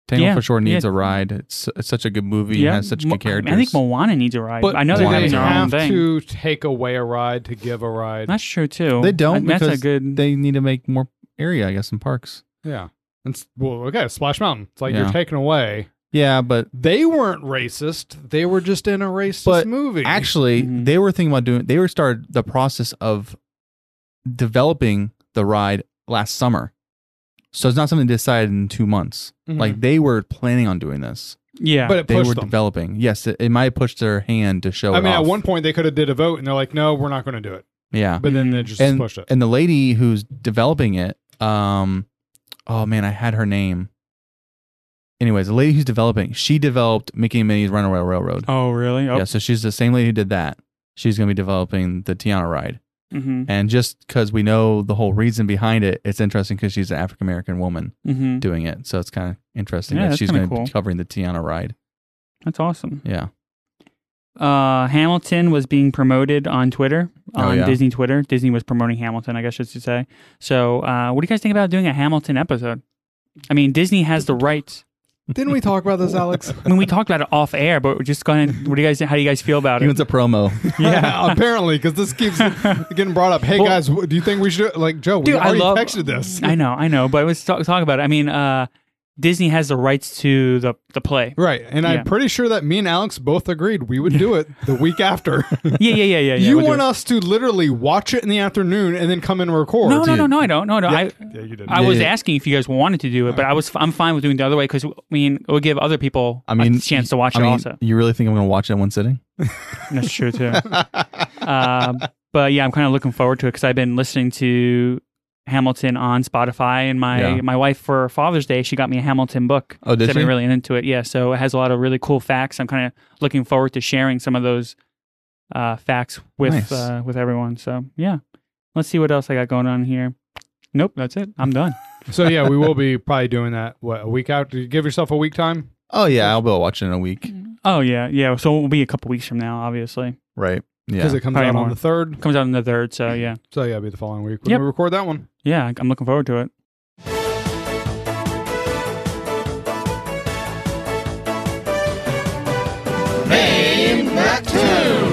Speaker 2: Tangled
Speaker 3: Yeah,
Speaker 2: for sure needs
Speaker 3: yeah.
Speaker 2: a ride. It's, it's such a good movie. It has such
Speaker 3: Mo-
Speaker 2: good characters.
Speaker 3: I think Moana needs a ride.
Speaker 4: But
Speaker 3: I know
Speaker 4: do
Speaker 3: they're having
Speaker 4: they
Speaker 3: their own
Speaker 4: have
Speaker 3: thing.
Speaker 4: to take away a ride to give a ride.
Speaker 3: That's true too.
Speaker 2: they don't.
Speaker 3: I- that's a
Speaker 2: because
Speaker 3: good.
Speaker 2: They need to make more area, I guess, in parks.
Speaker 4: Yeah. And s- well, okay, Splash Mountain. It's like
Speaker 2: Yeah.
Speaker 4: you're taking away.
Speaker 2: Yeah, but
Speaker 4: They weren't racist. They were just in a racist movie.
Speaker 2: Actually,
Speaker 3: Mm-hmm.
Speaker 2: they were thinking about doing. They were started the process of developing the ride last summer, so it's not something they decided in two months.
Speaker 3: Mm-hmm.
Speaker 4: Mhm.
Speaker 2: Like they were planning on doing this.
Speaker 3: Yeah.
Speaker 4: But it
Speaker 2: they
Speaker 4: pushed
Speaker 2: were
Speaker 4: them.
Speaker 2: developing. Yes, it, it might push their hand to show.
Speaker 4: I
Speaker 2: it
Speaker 4: mean,
Speaker 2: off.
Speaker 4: at one point they could have did a vote, and they're like, "No, we're not going to do it."
Speaker 2: Yeah.
Speaker 4: But then they just
Speaker 2: and,
Speaker 4: pushed it.
Speaker 2: And the lady who's developing it, um, oh man, I had her name. Anyways, the lady who's developing, she developed Mickey and Minnie's Runaway Railroad.
Speaker 3: Oh, really? Oh.
Speaker 2: Yeah. So she's the same lady who did that. She's going to be developing the Tiana ride.
Speaker 3: Mhm.
Speaker 2: And just because we know the whole reason behind it, it's interesting because she's an African American woman
Speaker 3: Mhm.
Speaker 2: doing it. So it's kind of interesting
Speaker 3: Yeah,
Speaker 2: that
Speaker 3: that's
Speaker 2: she's
Speaker 3: kinda
Speaker 2: going to
Speaker 3: cool.
Speaker 2: be covering the Tiana ride.
Speaker 3: That's awesome.
Speaker 2: Yeah.
Speaker 3: uh, Hamilton was being promoted on Twitter,
Speaker 2: Oh,
Speaker 3: on
Speaker 2: yeah.
Speaker 3: Disney Twitter. Disney was promoting Hamilton, I guess I should say. So, uh, what do you guys think about doing a Hamilton episode? I mean, Disney has the rights.
Speaker 4: Didn't we talk about this, Alex?
Speaker 3: I mean, we talked about it off air, but we're just going. What do you guys? How do you guys feel about
Speaker 2: He
Speaker 3: it?
Speaker 2: wants a promo.
Speaker 4: yeah, apparently, because this keeps getting brought up. Hey guys, what, do you think we should like Joe?
Speaker 3: Dude,
Speaker 4: we
Speaker 3: I
Speaker 4: already
Speaker 3: love-
Speaker 4: texted this.
Speaker 3: I know, I know, but let's talk, talk about it. I mean, uh, Disney has the rights to the the play,
Speaker 4: Right, and
Speaker 3: yeah.
Speaker 4: I'm pretty sure that me and Alex both agreed we would do it the week after.
Speaker 3: yeah, yeah, yeah, yeah. yeah,
Speaker 4: you
Speaker 3: we'll do
Speaker 4: want
Speaker 3: it.
Speaker 4: us to literally watch it in the afternoon and then come and record?
Speaker 3: No, no, no, no, I don't. No, no,
Speaker 4: Yeah,
Speaker 3: I,
Speaker 4: yeah, you did.
Speaker 3: I
Speaker 4: Yeah,
Speaker 3: was
Speaker 4: yeah.
Speaker 3: asking if you guys wanted to do it, but I was, I'm fine with doing it the other way because I mean, it would give other people
Speaker 2: I mean,
Speaker 3: a chance to watch
Speaker 2: I
Speaker 3: it
Speaker 2: mean,
Speaker 3: also.
Speaker 2: You really think I'm going to watch it in one sitting?
Speaker 3: That's true too. uh, but yeah, I'm kind of looking forward to it because I've been listening to Hamilton on Spotify, and my
Speaker 2: Yeah.
Speaker 3: my wife for Father's Day she got me a Hamilton book.
Speaker 2: Oh, did
Speaker 3: so I've been
Speaker 2: she?
Speaker 3: really into it. Yeah, so it has a lot of really cool facts. I'm kind of looking forward to sharing some of those uh, facts with
Speaker 2: Nice.
Speaker 3: uh, with everyone. So yeah, let's see what else I got going on here. Nope, that's it. I'm done.
Speaker 4: so yeah, we will be probably doing that. What a week out? Give yourself a week time.
Speaker 2: Oh, yeah. I'll be watching it in a week.
Speaker 3: Oh yeah, yeah. So it will be a couple weeks from now, obviously.
Speaker 2: Right. Yeah.
Speaker 4: Because it comes
Speaker 3: Probably
Speaker 4: out
Speaker 3: more.
Speaker 4: on the third.
Speaker 3: Comes out on the third. So yeah,
Speaker 4: So yeah, it'll be the following week when
Speaker 3: Yep.
Speaker 4: we record that one.
Speaker 3: yeah. I'm looking forward to it.
Speaker 12: Name that tune.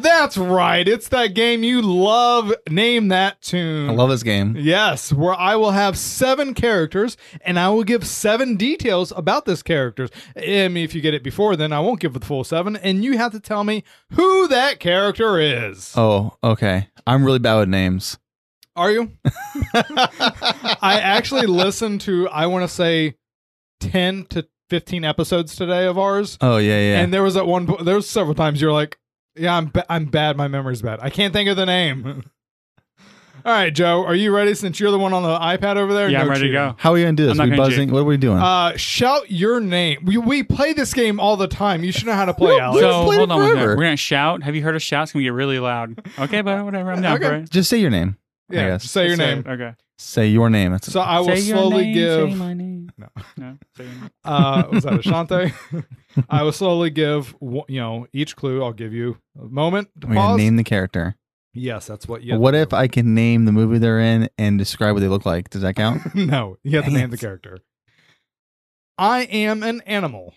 Speaker 4: That's right. It's that game you love. Name that tune.
Speaker 2: I love this game.
Speaker 4: Yes, where I will have seven characters and I will give seven details about this characters. I mean, if you get it before, then I won't give the full seven, and you have to tell me who that character is.
Speaker 2: Oh, okay. I'm really bad with names.
Speaker 4: Are you? I actually listened to, I want to say, 10 to 15 episodes today of ours.
Speaker 2: Oh yeah, yeah.
Speaker 4: And there was at one po- there was several times you're like, "Yeah, I'm ba- I'm bad. My memory's bad. I can't think of the name." All right, Joe, are you ready? Since you're the one on the iPad over there,
Speaker 3: Yeah, I'm
Speaker 4: No
Speaker 3: ready to
Speaker 4: cheating.
Speaker 3: go.
Speaker 2: How are we gonna do
Speaker 3: I'm
Speaker 2: this?
Speaker 3: not
Speaker 2: We
Speaker 3: gonna
Speaker 2: buzzing?
Speaker 3: cheat.
Speaker 2: What are we doing?
Speaker 4: Uh, shout your name. We, we play this game all the time. You should know how to play, Alex.
Speaker 3: so hold on, one second. we're gonna shout. Have you heard us shout? It's gonna get really loud. Okay, but whatever. I'm down
Speaker 4: Okay.
Speaker 3: for it.
Speaker 2: Just say your name. I
Speaker 4: Yeah,
Speaker 2: guess.
Speaker 4: say your
Speaker 3: Say
Speaker 4: name.
Speaker 3: it. Okay.
Speaker 2: Say your name. That's
Speaker 4: So I will
Speaker 3: Say your
Speaker 4: slowly
Speaker 3: name,
Speaker 4: give.
Speaker 3: Say my name.
Speaker 4: No.
Speaker 3: No. Say your name.
Speaker 4: uh, was that Ashante? I will slowly give wo- you know each clue. I'll give you a moment. To
Speaker 2: we're gonna
Speaker 4: pause.
Speaker 2: name the character.
Speaker 4: yes, that's what. You have
Speaker 2: what
Speaker 4: to
Speaker 2: if I can name the movie they're in and describe what they look like? Does that count?
Speaker 4: do. no, you have to
Speaker 2: Dang
Speaker 4: name the
Speaker 2: it.
Speaker 4: character. I am an animal.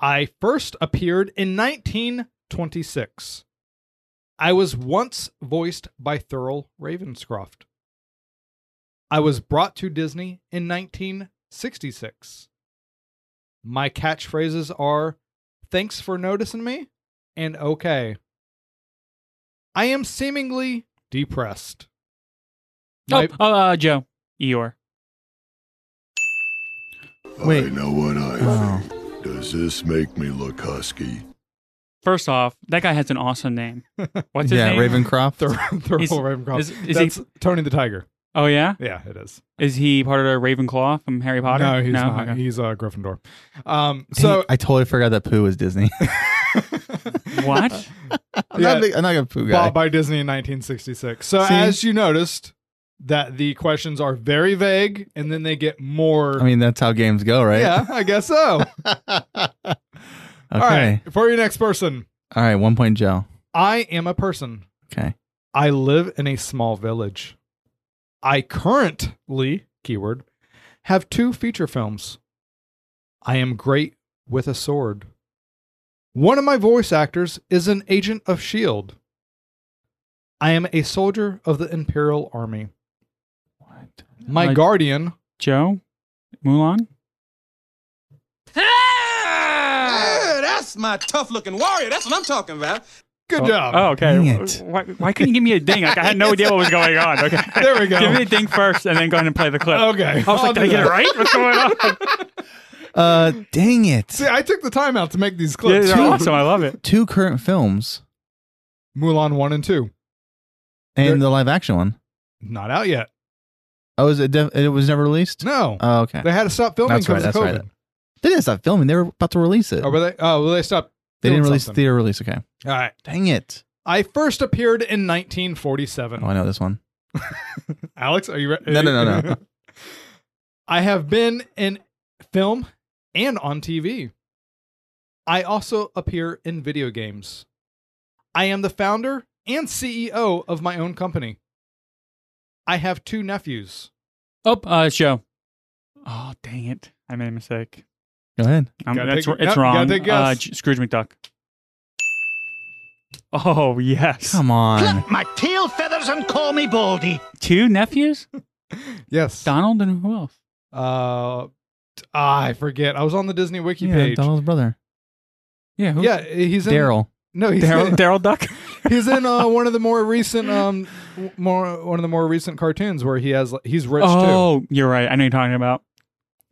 Speaker 4: I first appeared in 1926. I was once voiced by Thurl Ravenscroft. I was brought to Disney in 1966. My catchphrases are thanks for noticing me and okay. I am seemingly depressed.
Speaker 3: Oh,
Speaker 4: My-
Speaker 3: oh, uh, Joe. Eeyore.
Speaker 2: Wait.
Speaker 14: I know what I
Speaker 2: Oh.
Speaker 14: think. Does this make me look husky?
Speaker 3: First off, that guy has an awesome name. What's his
Speaker 2: yeah,
Speaker 3: name?
Speaker 2: Ravencroft.
Speaker 4: Thur- Thurl
Speaker 3: Is-
Speaker 4: Ravencroft.
Speaker 3: is- is he-
Speaker 4: That's Tony the Tiger.
Speaker 3: Oh yeah.
Speaker 4: Yeah, it is.
Speaker 3: Is he part of the Ravenclaw from Harry Potter?
Speaker 4: No, he's not.
Speaker 3: Okay.
Speaker 4: He's uh, Gryffindor. Um,
Speaker 2: Dang,
Speaker 4: so
Speaker 2: I totally forgot that Pooh was Disney.
Speaker 3: What?
Speaker 2: I'm, not
Speaker 4: Yeah.
Speaker 2: big- I'm not a Pooh guy.
Speaker 4: bought by Disney in 1966. So
Speaker 2: See?
Speaker 4: as you noticed, that the questions are very vague, and then they get more.
Speaker 2: I mean, that's how games go, right?
Speaker 4: Yeah, I guess so.
Speaker 2: okay.
Speaker 4: All right, for your next person,
Speaker 2: All right. One point, Joe.
Speaker 4: I am a person.
Speaker 2: Okay.
Speaker 4: I live in a small village. I currently, keyword, have two feature films. I am great with a sword. One of my voice actors is an agent of S.H.I.E.L.D. E I am a soldier of the Imperial Army. My
Speaker 3: Uh,
Speaker 4: guardian.
Speaker 3: Joe. Mulan.
Speaker 12: that's my tough looking warrior. That's what I'm talking about.
Speaker 4: Good
Speaker 3: Oh,
Speaker 4: job.
Speaker 3: Oh, okay.
Speaker 2: Dang it.
Speaker 3: Why, why couldn't you give me a ding? Like, I had no idea what was going on. Okay.
Speaker 4: There we go. Oh,
Speaker 3: Give me a ding first, and then go ahead and play the clip.
Speaker 4: Okay.
Speaker 3: I was
Speaker 4: I'll
Speaker 3: like, did I
Speaker 4: do
Speaker 3: get
Speaker 4: that.
Speaker 3: it right? What's going on?
Speaker 2: Uh, dang it.
Speaker 4: See, I took the time out to make these
Speaker 3: Yeah,
Speaker 4: clips.
Speaker 3: they're awesome. I love it.
Speaker 2: Two current films
Speaker 4: Mulan 1 and 2.
Speaker 2: and
Speaker 4: They're-
Speaker 2: the live action one.
Speaker 4: Not out yet.
Speaker 2: Oh, is it? Def- it was never released.
Speaker 4: No.
Speaker 2: Oh,
Speaker 3: Uh,
Speaker 2: okay.
Speaker 4: They had to stop filming
Speaker 2: That's right,
Speaker 4: because of
Speaker 2: that's
Speaker 4: COVID.
Speaker 2: right. They didn't stop filming. They were about to release it.
Speaker 4: Oh, were they? Oh, well, they stopped.
Speaker 2: they
Speaker 4: doing
Speaker 2: didn't release
Speaker 4: something.
Speaker 2: theater release. Okay.
Speaker 4: All right.
Speaker 2: Dang it.
Speaker 4: I first appeared in
Speaker 2: Oh,
Speaker 4: 1947.
Speaker 2: I know this one.
Speaker 4: Alex, are you ready?
Speaker 2: No, no, no, no.
Speaker 4: I have been in film and on TV. I also appear in video games. I am the founder and CEO of my own company. I have two nephews.
Speaker 3: Oh, uh, it's Joe. Oh, dang it. I made a mistake.
Speaker 2: Go ahead.
Speaker 3: Um,
Speaker 4: Gotta
Speaker 3: that's,
Speaker 4: take-
Speaker 3: it's
Speaker 4: yep, you gotta
Speaker 3: wrong.
Speaker 4: take
Speaker 3: Uh,
Speaker 4: guess.
Speaker 3: J- Scrooge McDuck. Oh, yes.
Speaker 2: Come on.
Speaker 12: Clip my tail feathers and call me Baldy.
Speaker 3: Two nephews?
Speaker 4: Yes.
Speaker 3: Donald and who else?
Speaker 4: Uh, t- ah, I forget. I was on the Disney wiki
Speaker 2: Yeah,
Speaker 4: page.
Speaker 2: Donald's brother,
Speaker 3: Yeah, who?
Speaker 4: Yeah, he's in
Speaker 2: Daryl.
Speaker 4: No, he's
Speaker 3: Daryl,
Speaker 4: in,
Speaker 3: Daryl Duck?
Speaker 4: he's in uh, one of the more recent um w- more one of the more recent cartoons where he has like, he's rich
Speaker 3: oh, you're right. I know you're talking about.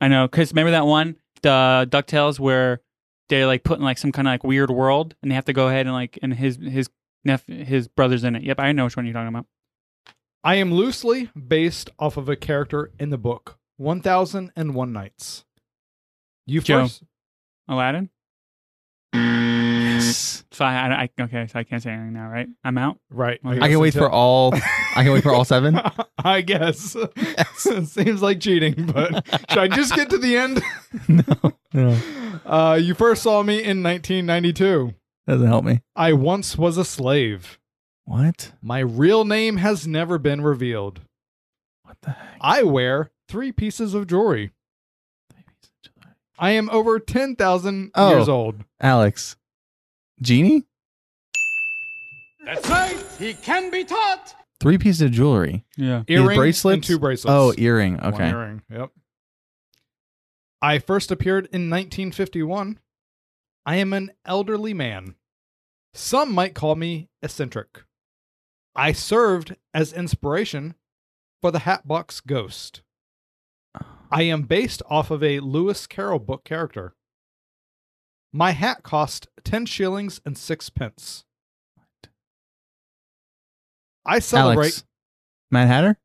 Speaker 3: I know. Because remember that one, the DuckTales, where they're like put in like some kind of like weird world and they have to go ahead and like, and his, his, neph- his brother's in it. Yep, I know which one you're talking about.
Speaker 4: too. I am loosely based off of a character in the book 1001 Nights. You
Speaker 3: Joe.
Speaker 4: first.
Speaker 3: Aladdin?
Speaker 2: Yes.
Speaker 3: So I, I, I okay, so I can't say anything now, right? I'm out.
Speaker 4: Right.
Speaker 2: I can wait for all. I can wait for all seven.
Speaker 4: I guess. it seems like cheating, but should I just get to the end?
Speaker 2: no, no,
Speaker 4: Uh, you first saw me in 1992.
Speaker 2: doesn't help me.
Speaker 4: I once was a slave.
Speaker 2: What?
Speaker 4: My real name has never been revealed.
Speaker 2: What the heck?
Speaker 4: I wear three pieces of jewelry. I am over 10,000
Speaker 2: Oh.
Speaker 4: years old.
Speaker 2: Alex, genie,
Speaker 12: That's right. He can be taught.
Speaker 2: three pieces of jewelry,
Speaker 3: Yeah.
Speaker 2: These
Speaker 4: Earring
Speaker 2: bracelets,
Speaker 4: and two bracelets.
Speaker 2: Oh, earring.
Speaker 4: One
Speaker 2: Okay.
Speaker 4: earring. Yep. I first appeared in 1951. I am an elderly man. Some might call me eccentric. I served as inspiration for the Hatbox Ghost. I am based off of a Lewis Carroll book character. My hat cost 10 shillings and sixpence. I celebrate.
Speaker 2: Alex, Mad Hatter.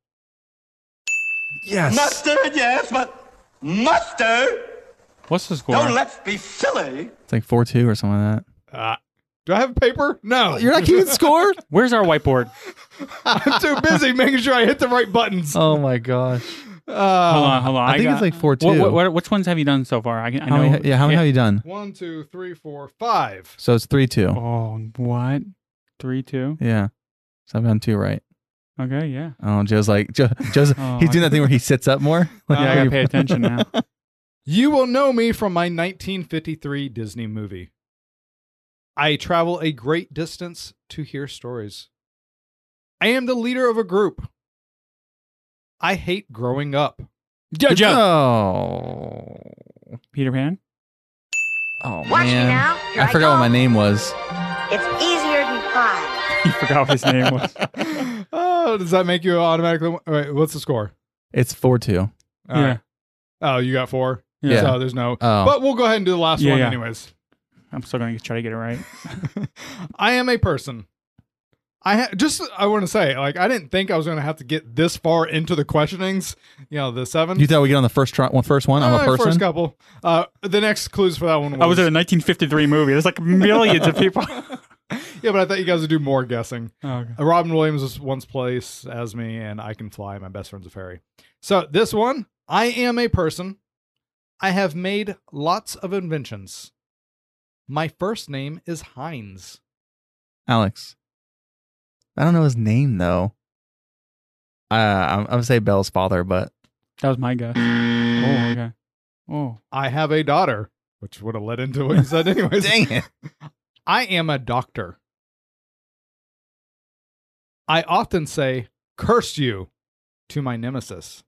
Speaker 8: Yes.
Speaker 12: Mustard, yes, but mustard?
Speaker 2: What's the
Speaker 12: Don't let's be silly.
Speaker 2: It's like four two or something like that.
Speaker 4: Uh, do I have paper? No.
Speaker 2: You're not keeping score?
Speaker 3: Where's our whiteboard?
Speaker 4: I'm too busy making sure I hit the right buttons.
Speaker 2: Oh my gosh.
Speaker 4: Uh,
Speaker 3: hold on, hold on.
Speaker 2: I think it's like four,
Speaker 3: What,
Speaker 2: two.
Speaker 3: what, what, which ones have you done so far? I, can- I
Speaker 2: How
Speaker 3: know.
Speaker 2: many- yeah, how many have you done?
Speaker 4: One, two, three, four, five.
Speaker 2: So it's three two.
Speaker 3: Oh, what? Three, two.
Speaker 2: Yeah. So I've done two right.
Speaker 3: Okay, yeah.
Speaker 2: Oh, Joe's like Joe, Joe's
Speaker 3: Oh,
Speaker 2: he's
Speaker 3: I-
Speaker 2: doing that thing where he sits up more. Like,
Speaker 3: yeah, I gotta pay attention now.
Speaker 4: You will know me from my 1953 Disney movie. I travel a great distance to hear stories. I am the leader of a group. I hate growing up.
Speaker 3: Jojo.
Speaker 2: Oh.
Speaker 3: Peter Pan.
Speaker 2: Oh
Speaker 15: Watch me
Speaker 2: man.
Speaker 15: now. Here
Speaker 2: I
Speaker 15: I
Speaker 2: forgot
Speaker 15: go.
Speaker 2: what my name was.
Speaker 15: It's easier than pie.
Speaker 3: You forgot what his name was.
Speaker 4: Oh, does that make you automatically? Wait, what's the score?
Speaker 2: It's four two.
Speaker 4: All right. Oh, you got four.
Speaker 2: Yeah.
Speaker 4: So there's no.
Speaker 2: Oh.
Speaker 4: But we'll go ahead and do the last
Speaker 3: Yeah,
Speaker 4: one
Speaker 3: yeah.
Speaker 4: anyways.
Speaker 3: I'm still gonna try to get it right.
Speaker 4: I am a person. I ha- just I want to say like I didn't think I was going to have to get this far into the questionings. You know the seven.
Speaker 2: You thought we get on the first try, one Oh, first one? I'm
Speaker 4: Uh,
Speaker 2: a person.
Speaker 4: First couple. Uh, the next clues for that one. Was,
Speaker 3: I was in a 1953 movie. There's like millions of people.
Speaker 4: yeah, but I thought you guys would do more guessing.
Speaker 3: Oh, okay.
Speaker 4: Uh, Robin Williams was once placed as me, and I can fly. My best friend's a fairy. So this one, I am a person. I have made lots of inventions. My first name is Heinz.
Speaker 2: Alex. I don't know his name though. Uh, I'm, I'm gonna say Belle's father, but
Speaker 3: That was my guess. Oh, okay. Oh,
Speaker 4: I have a daughter, which would have led into what you said, anyways.
Speaker 2: dang it.
Speaker 4: I am a doctor. I often say, curse you to my nemesis.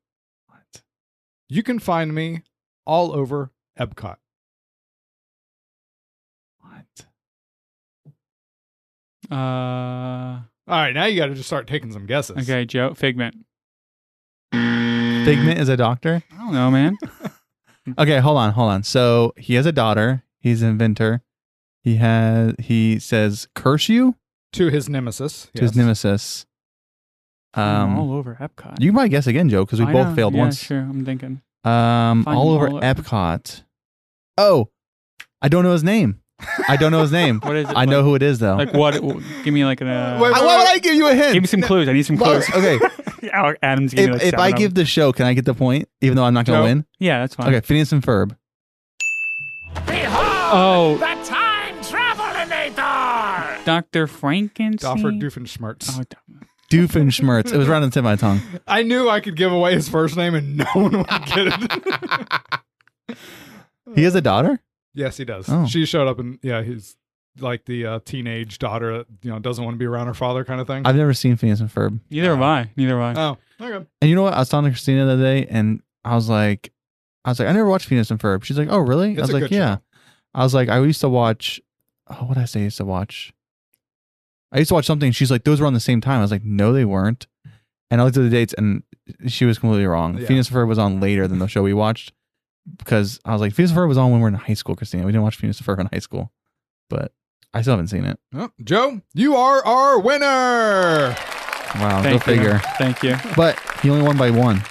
Speaker 2: What?
Speaker 4: You can find me all over Epcot.
Speaker 2: What?
Speaker 3: uh,
Speaker 4: All right, now you got to just start taking some guesses.
Speaker 3: okay, Joe Figment.
Speaker 2: Figment is a doctor.
Speaker 3: I don't know, man.
Speaker 2: Okay, hold on, hold on. So he has a daughter. He's an inventor. He has. He says, "Curse you"
Speaker 4: To his nemesis.
Speaker 2: to his
Speaker 4: yes.
Speaker 2: nemesis.
Speaker 3: I'm
Speaker 2: Um,
Speaker 3: all over Epcot.
Speaker 2: you might guess again, Joe, because we
Speaker 3: I
Speaker 2: both
Speaker 3: know.
Speaker 2: failed
Speaker 3: yeah,
Speaker 2: once.
Speaker 3: Sure, I'm thinking.
Speaker 2: Um,
Speaker 3: Find
Speaker 2: all
Speaker 3: him
Speaker 2: over
Speaker 3: all o-
Speaker 2: Epcot. Oh, I don't know his name. I don't know his name.
Speaker 3: What is it?
Speaker 2: I know who it is though.
Speaker 3: Like what? Give me like an. Uh,
Speaker 4: Wait,
Speaker 2: I- why would I give you a hint?
Speaker 3: give me some clues. I need some clues.
Speaker 2: Look, okay,
Speaker 3: Alec Adams. Gave
Speaker 2: if,
Speaker 3: me like
Speaker 2: if
Speaker 3: seven
Speaker 2: I
Speaker 3: of them.
Speaker 2: give the show, can I get the point? Even though I'm not gonna
Speaker 4: No.
Speaker 2: win.
Speaker 3: Yeah, that's fine.
Speaker 2: Okay, Phineas and Ferb.
Speaker 3: Oh. The time travelinator. Doctor Frankenstein.
Speaker 4: Doffer Doofenshmirtz.
Speaker 3: Oh, do-
Speaker 2: Doofenshmirtz. It was right on the tip of my tongue.
Speaker 4: I knew I could give away his first name and no one would get it.
Speaker 2: He has a daughter.
Speaker 4: yes, he does.
Speaker 2: Oh.
Speaker 4: She showed up and, yeah, he's like the uh, teenage daughter that, you know, doesn't want to be around her father kind of thing.
Speaker 2: I've never seen Phineas and Ferb.
Speaker 3: neither have I. Neither have I.
Speaker 4: oh, okay.
Speaker 2: And you know what? I was talking to Christina the other day, and I was like, I was like, I never watched Phineas and Ferb. She's like, Oh, really?
Speaker 4: It's
Speaker 2: I was
Speaker 4: a
Speaker 2: like,
Speaker 4: good
Speaker 2: Yeah.
Speaker 4: show.
Speaker 2: I was like, I used to watch. Oh, what did I say? I used to watch. I used to watch something. She's like, those were on the same time. I was like, no, they weren't. And I looked at the dates, and she was completely wrong.
Speaker 4: Yeah.
Speaker 2: Phineas and Ferb was on later than the show we watched because I was like, Phineas and Ferb was on when we were in high school, Christina. We didn't watch Phineas and Ferb in high school, but I still haven't seen it.
Speaker 4: Oh, Joe, you are our winner.
Speaker 2: Wow,
Speaker 3: Thank
Speaker 2: go
Speaker 3: you.
Speaker 2: figure.
Speaker 3: Thank you.
Speaker 2: But he only won by one.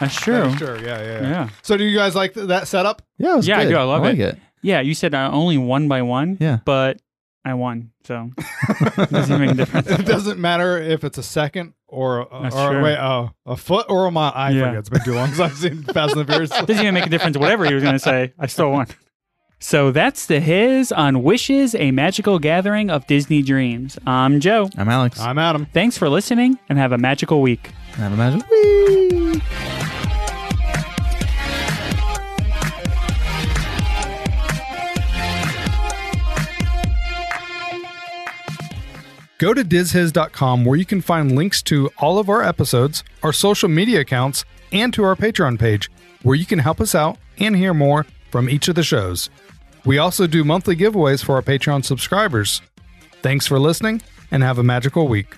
Speaker 3: That's true.
Speaker 4: Sure. Yeah, yeah, yeah.
Speaker 3: Yeah.
Speaker 4: So, do you guys like th- that setup?
Speaker 2: Yeah, it was
Speaker 3: Yeah, I
Speaker 2: good.
Speaker 3: do. I love
Speaker 2: like
Speaker 3: it. Yeah. You said uh, only one by one.
Speaker 2: Yeah.
Speaker 3: But I won. So
Speaker 4: Mm-hmm.
Speaker 3: doesn't make a difference.
Speaker 4: it doesn't matter if it's a second or a,
Speaker 3: That's
Speaker 4: or
Speaker 3: true.
Speaker 4: wait, uh, a foot or a mile. I
Speaker 3: Yeah.
Speaker 4: forget. It's been too long since I've seen Fast and the Furious.
Speaker 3: doesn't even make a difference whatever he was going to say i still won so that's the his on wishes a magical gathering of disney dreams i'm joe
Speaker 2: I'm Alex.
Speaker 4: I'm Adam.
Speaker 3: thanks for listening and have a magical week
Speaker 2: Have a magic week.
Speaker 4: Go to dizhiz.com where you can find links to all of our episodes, our social media accounts, and to our Patreon page where you can help us out and hear more from each of the shows. We also do monthly giveaways for our Patreon subscribers. Thanks for listening and have a magical week.